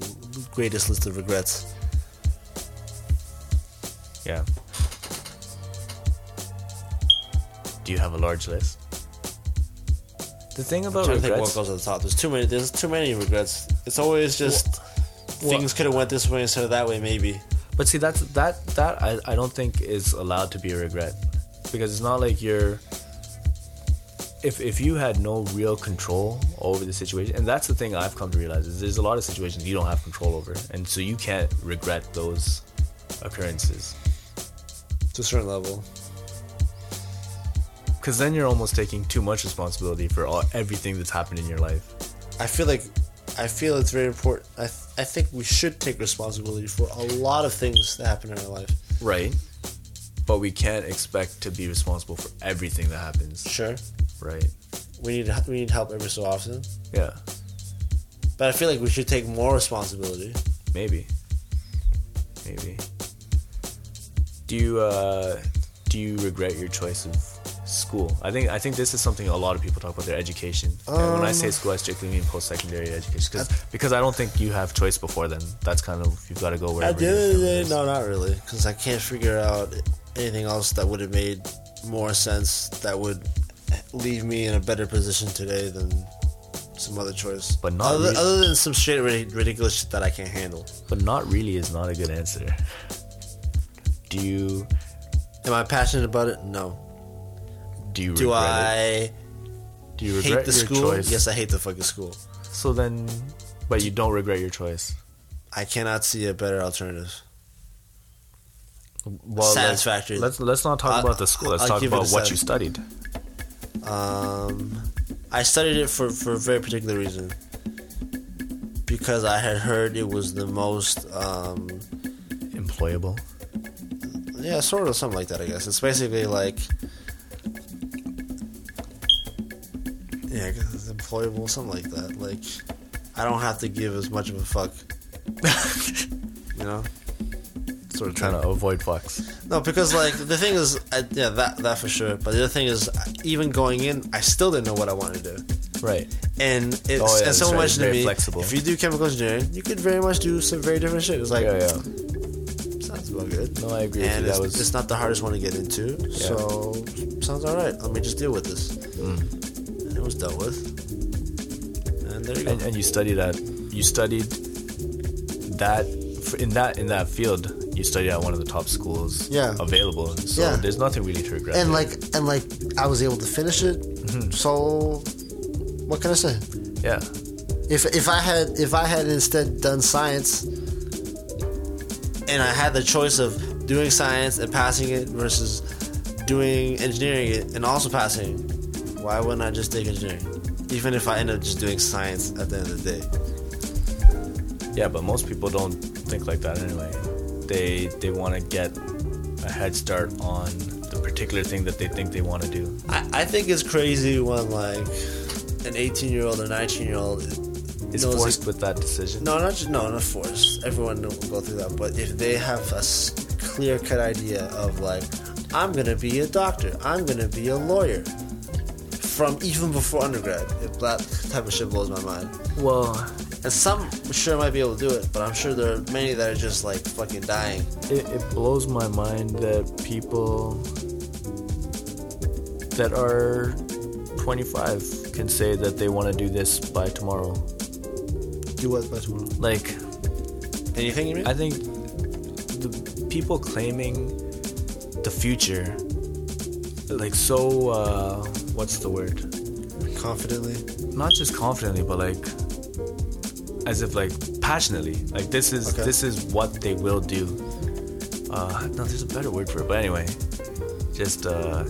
greatest list of regrets. Yeah. Do you have a large list? The thing I'm about trying to think what Oh, regrets, goes at the top. There's too many. There's too many regrets. It's always just Wha- things could have went this way instead of that way. Maybe. but see, that's that that I, I don't think is allowed to be a regret, because it's not like you're. If if you had no real control over the situation, and that's the thing I've come to realize is there's a lot of situations you don't have control over, and so you can't regret those occurrences, to a certain level. because then you're almost taking too much responsibility for all, everything that's happened in your life. I feel like I feel it's very important. I, th- I think we should take responsibility for a lot of things that happen in our life. Right. But we can't expect to be responsible for everything that happens. Sure, Right. we need we need help every so often, Yeah. but I feel like we should take more responsibility. Maybe. Maybe. Do you uh do you regret your choice of school? I think I think this is something a lot of people talk about their education. and when I Um, say school, I strictly mean post-secondary education 'cause- because I don't think you have choice before then. That's kind of you've got to go wherever. At the end of the your day, family no, is. not really, because I can't figure out anything else that would have made more sense that would leave me in a better position today than some other choice. But not other, really. other than some straight rid- ridiculous shit that I can't handle. But not really is not a good answer. Do you Am I passionate about it? No. do you Do regret I? it? Do you hate regret the your school? choice? Yes, I hate the fucking school. So then, but you don't regret your choice. I cannot see a better alternative. Well, let's- Satisfactory. Let's let's not talk I'll- about the school. Let's I'll talk give it about a what seven. you studied. Um, I studied it for, for a very particular reason. Because I had heard it was the most, um, Employable. yeah, sort of something like that, I guess. It's basically like, yeah, I guess it's employable, something like that. Like, I don't have to give as much of a [LAUGHS] fuck. you know? Sort of trying to avoid fucks. No, because like the thing is, I, yeah, that that for sure. But the other thing is, even going in, I still didn't know what I wanted to do. Right. And it's Oh, yeah, and that's someone right, mentioned very to me, flexible. if you do chemical engineering, you could very much do some very different shit. It's like yeah, yeah. sounds about good. No, I agree with And you. That it's, was- it's not the hardest one to get into, so sounds all right. Let me just deal with this. Mm. And it was dealt with. And there you go. And, and you studied at you studied that in that in that field. You studied at one of the top schools Yeah. available. So Yeah. there's nothing really to regret. and there. Mm-hmm. like and like I was able to finish it. So what can I say? Yeah. If if I had if I had instead done science, and I had the choice of doing science and passing it versus doing engineering it and also passing, why wouldn't I just take engineering? Even if I end up just doing science at the end of the day. Yeah, but most people don't think like that anyway. They they want to get a head start on the particular thing that they think they want to do. I, I think it's crazy when like an 18 year old or 19 year old It's knows forced with that decision. No, not ju- no, not force. Everyone will go through that. But if they have a clear cut idea of like, I'm gonna be a doctor, I'm gonna be a lawyer, from even before undergrad, if that type of shit blows my mind. Well, And some sure might be able to do it, but I'm sure there are many that are just like fucking dying. it, it blows my mind that people that are 25 can say that they want to do this by tomorrow. Do what by tomorrow? Like, Anything you mean? I think the people claiming the future, like, so, uh, what's the word? Confidently. Not just confidently, but like, as if like passionately. Like this is Okay. this is what they will do. Uh, no, there's a better word for it, but anyway, just uh,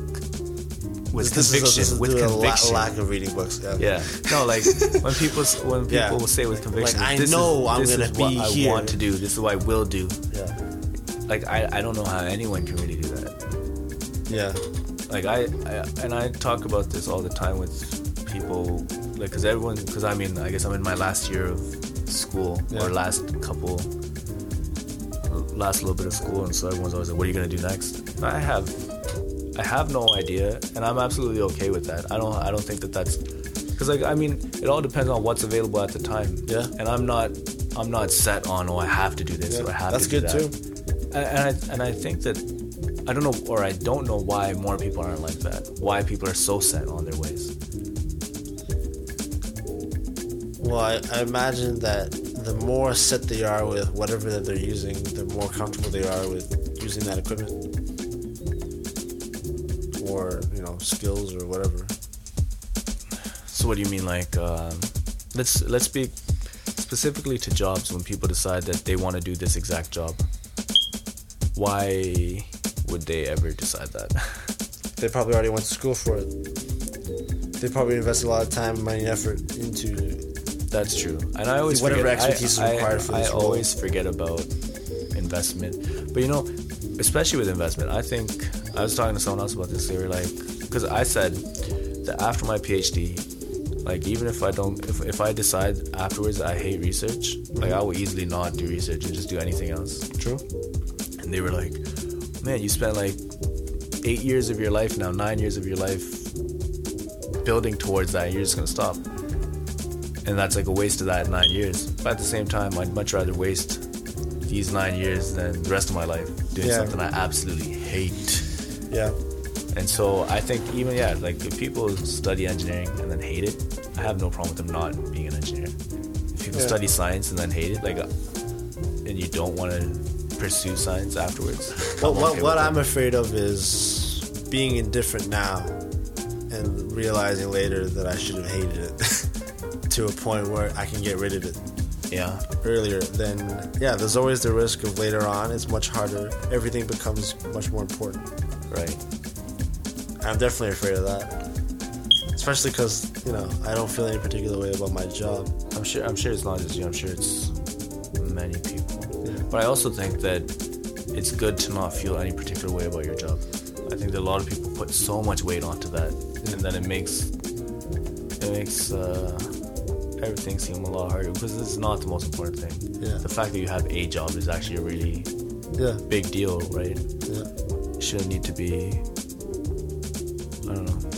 with This is a- conviction. this is with due to a la- conviction. lack of reading books. Yeah. Yeah. No, [LAUGHS] like when people s- when people Yeah. will say with conviction, Like, I this know is, I'm this gonna is what be I here." want to do. This is what I will do. Yeah. Like I, I don't know how anyone can really do that. Yeah. Like I, I and I talk about this all the time with people, like because everyone, because I mean, I guess I'm in my last year of school Yeah. or last couple, last little bit of school, and so everyone's always like, "What are you gonna do next?" And I have, I have no idea, and I'm absolutely okay with that. I don't, I don't think that that's, because like I mean, it all depends on what's available at the time. Yeah. And I'm not, I'm not set on, oh, I have to do this Yeah, or I have that's to do good that. too. And- and I, and I think that I don't know or I don't know why more people aren't like that. Why people are so set on their ways. Well, I, I imagine that the more set they are with whatever that they're using, the more comfortable they are with using that equipment or you know skills or whatever. So what do you mean like um, let's let's speak specifically to jobs when people decide that they want to do this exact job. Why would they ever decide that? [LAUGHS] They probably already went to school for it. They probably invested a lot of time, money, and effort into. That's true. And I always Whatever forget, expertise is I, required for I, this I role. always forget about investment. But you know, especially with investment, I think I was talking to someone else about this. They were like, because I said that after my PhD, like even if I don't, if, if I decide afterwards that I hate research, like I will easily not do research and just do anything else. True. And they were like, man, you spent like eight years of your life now, nine years of your life building towards that, and you're just gonna stop. And that's like a waste of that nine years. But at the same time, I'd much rather waste these nine years than the rest of my life doing Yeah. something I absolutely hate. Yeah. And so I think even yeah, like if people study engineering and then hate it, I have no problem with them not being an engineer. If people Yeah. study science and then hate it, like, uh, and you don't want to pursue science afterwards. What I'm what, okay what with I'm afraid of is being indifferent now, and realizing later that I should have hated it [LAUGHS] to a point where I can get rid of it. it. yeah, earlier, then yeah, there's always the risk of later on it's much harder. Everything becomes much more important. right. I'm definitely afraid of that, especially because you know I don't feel any particular way about my job. I'm sure. I'm sure it's not just you. I'm sure it's many people. Yeah. But I also think that it's good to not feel any particular way about your job. I think that a lot of people put so much weight onto that, and then it makes it makes uh, everything seem a lot harder because it's not the most important thing. Yeah. The fact that you have a job is actually a really Yeah, big deal, right? yeah. It shouldn't need to be. I don't know.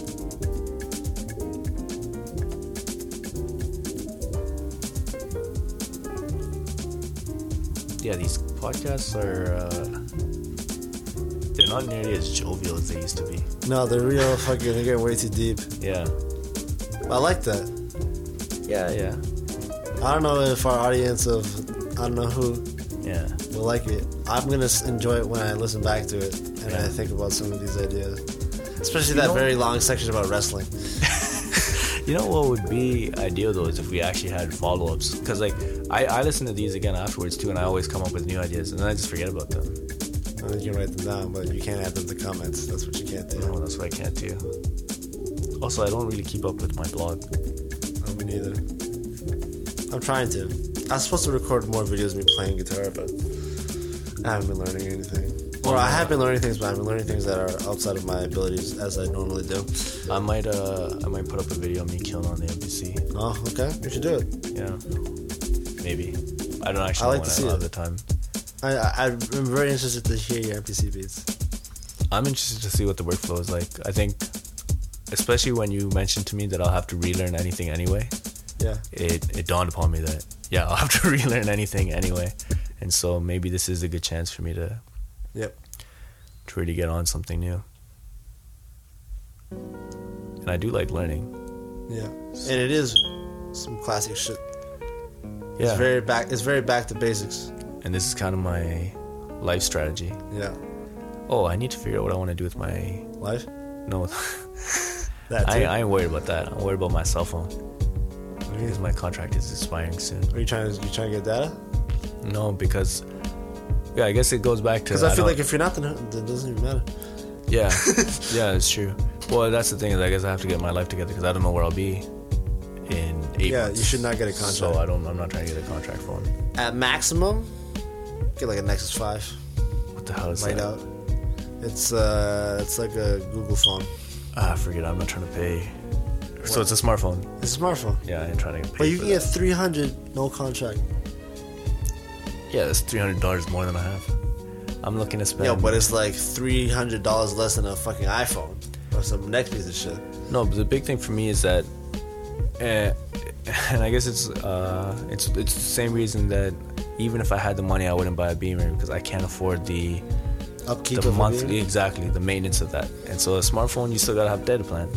Yeah, these podcasts are. Uh, they're not nearly as jovial as they used to be. No, the real fucking they get way too deep. Yeah. I like that. Yeah, yeah. I don't know if our audience of I don't know who Yeah. will like it. I'm gonna s- enjoy it when I listen back to it and I think about some of these ideas, especially that know- very long section about wrestling. You know what would be ideal though is if we actually had follow ups. Because, like, I, I listen to these again afterwards too, and I always come up with new ideas, and then I just forget about them. And then you can write them down, but you can't add them to comments. That's what you can't do. No, that's what I can't do. Also, I don't really keep up with my blog. No, me neither. I'm trying to. I was supposed to record more videos of me playing guitar, but I haven't been learning anything. Or I have been learning things, but I've been learning things that are outside of my abilities as I normally do. I might uh I might put up a video of me killing on the NPC. Oh, okay. You should do it. Yeah, maybe. I don't actually I like want to see it all it. the time. I, I, I'm very interested to hear your NPC beats. I'm interested to see what the workflow is like. I think, especially when you mentioned to me that I'll have to relearn anything anyway, Yeah. it, it dawned upon me that, yeah, [LAUGHS] I'll have to relearn anything anyway. And so maybe this is a good chance for me to, Yep. to really get on something new. And I do like learning. Yeah. And it is some classic shit. Yeah. It's very back. It's very back to basics. and this is kind of my life strategy. Yeah. Oh, I need to figure out what I want to do with my. Life. No, [LAUGHS] That. I, uh, too. I ain't worried about that. I'm worried about my cell phone. Because my contract is expiring soon. Are you trying to you trying to get data? No, because yeah, I guess it goes back to Because I feel don't- like if you're not, then it doesn't even matter. yeah, [LAUGHS] yeah, it's true. Well, that's the thing is, I guess I have to get my life together because I don't know where I'll be in eight. Yeah, months. you should not get a contract. So I don't. I'm not trying to get a contract for one. At maximum, get like a Nexus Five. What the hell is Light that? out. It's uh, it's like a Google phone. Ah, forget. it, I'm not trying to pay. So it's a smartphone. It's a smartphone. Yeah, I ain't trying to pay. But you for can that. get 300 no contract. Yeah, that's three hundred dollars more than I have. I'm looking to spend. Yo, but it's like $300 less than a fucking iPhone or some next piece of shit. No, but the big thing for me is that, eh, [LAUGHS] and I guess it's uh, it's it's the same reason that even if I had the money, I wouldn't buy a Beamer because I can't afford the Upkeep the of monthly A year. exactly the maintenance of that. And so a smartphone, you still gotta have data plan,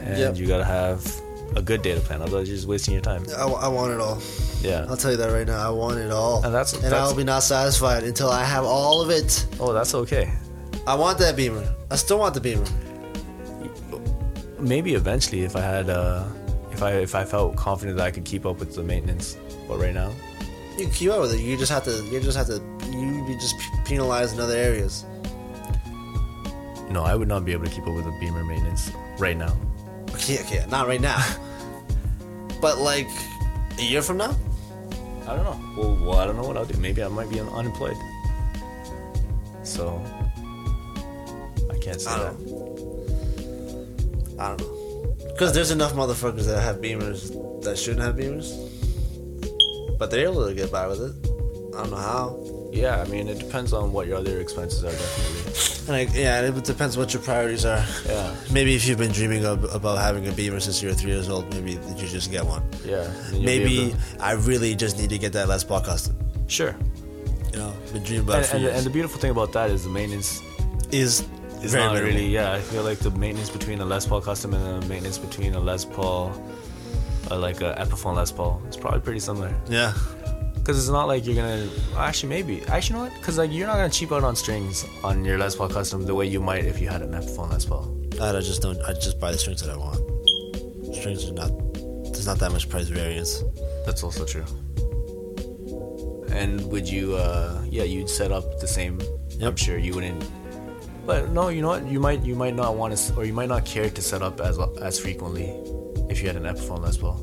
and Yep. you gotta have a good data plan. Otherwise, you're just wasting your time. I, I want it all. Yeah. I'll tell you that right now. I want it all. And that's- and that's- I'll be not satisfied until I have all of it. Oh, that's okay. I want that Beamer. I still want the Beamer. Maybe eventually, if I had uh, if I if I felt confident that I could keep up with the maintenance, but right now, You can keep up with it. You just have to. You just have to. You be just penalized in other areas. no, I would not be able to keep up with the Beamer maintenance right now. Okay, okay, not right [LAUGHS] now. but like a year from now, I don't know. Well, well, I don't know what I'll do. Maybe I might be un- unemployed. So I can't say I that. don't know. I don't know. Because there's enough motherfuckers that have beamers that shouldn't have beamers, but they're able to get by with it. I don't know how. Yeah, I mean, it depends on what your other expenses are, definitely. And like, yeah, it depends what your priorities are. Yeah, Maybe if you've been dreaming of, about having a beamer since you were three years old, maybe you should just get one. yeah. Then you'll be Maybe able I really just need to get that Les Paul custom. to- sure. You know, been dreaming about And, it for and, the- years. and the beautiful thing about that is the maintenance is is very not minimal. really. Yeah, I feel like the maintenance between a Les Paul custom and the maintenance between a Les Paul, uh, like a Epiphone Les Paul, is probably pretty similar. Yeah. Because it's not like you're gonna. Actually, maybe. Actually, you know what? Because like you're not gonna cheap out on strings on your Les Paul custom the way you might if you had an Epiphone Les Paul. I don't- just don't. I just buy the strings that I want. Strings are not. There's not that much price variance. That's also true. And would you? uh Yeah, you'd set up the same. I'm Yep. sure you wouldn't. But no, you know what? You might you might not want to, or you might not care to set up as as frequently if you had an Epiphone Les Paul.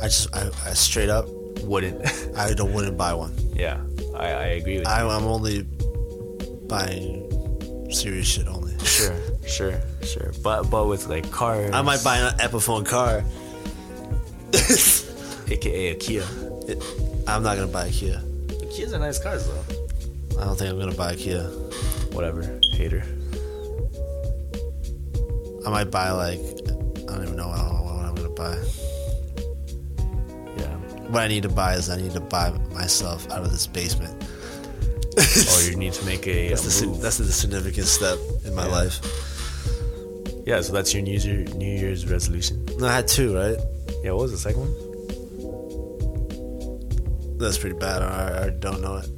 I just. I, I straight up. Wouldn't. [LAUGHS] I don't. Wouldn't buy one. yeah, I, I agree with you. I, I'm only buying serious shit only. Sure, sure, sure. But but with like cars, I might buy an Epiphone car. [LAUGHS] AKA a Kia. It- I'm not gonna buy a Kia. Kia's are nice cars though. I don't think I'm gonna buy a Kia. whatever hater I might buy like. I don't even know what, I- what I'm gonna buy. yeah What I need to buy is I need to buy myself out of this basement. or you need to make [LAUGHS] a, a That's the, si- move. that's the significant step in my Yeah. life. yeah so that's your new year new year's resolution No, I had two, right? yeah what was the second one That's pretty bad. I, I don't know it.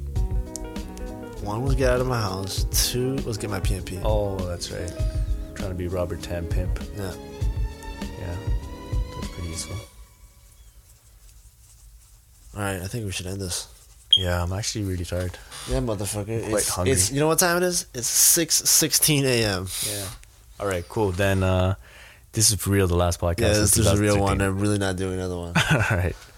One was get out of my house. Two was get my PMP. oh that's right trying to be robert tam pimp Yeah. yeah useful. All right, I think we should end this. Yeah, I'm actually really tired. Yeah, motherfucker. it's, hungry. It's you know what time it is? It's six sixteen a.m. Yeah. All right, cool. Then uh, this is for real the last podcast. Yeah, of this, this is a real 2013. one. I'm really not doing another one. [LAUGHS] All right.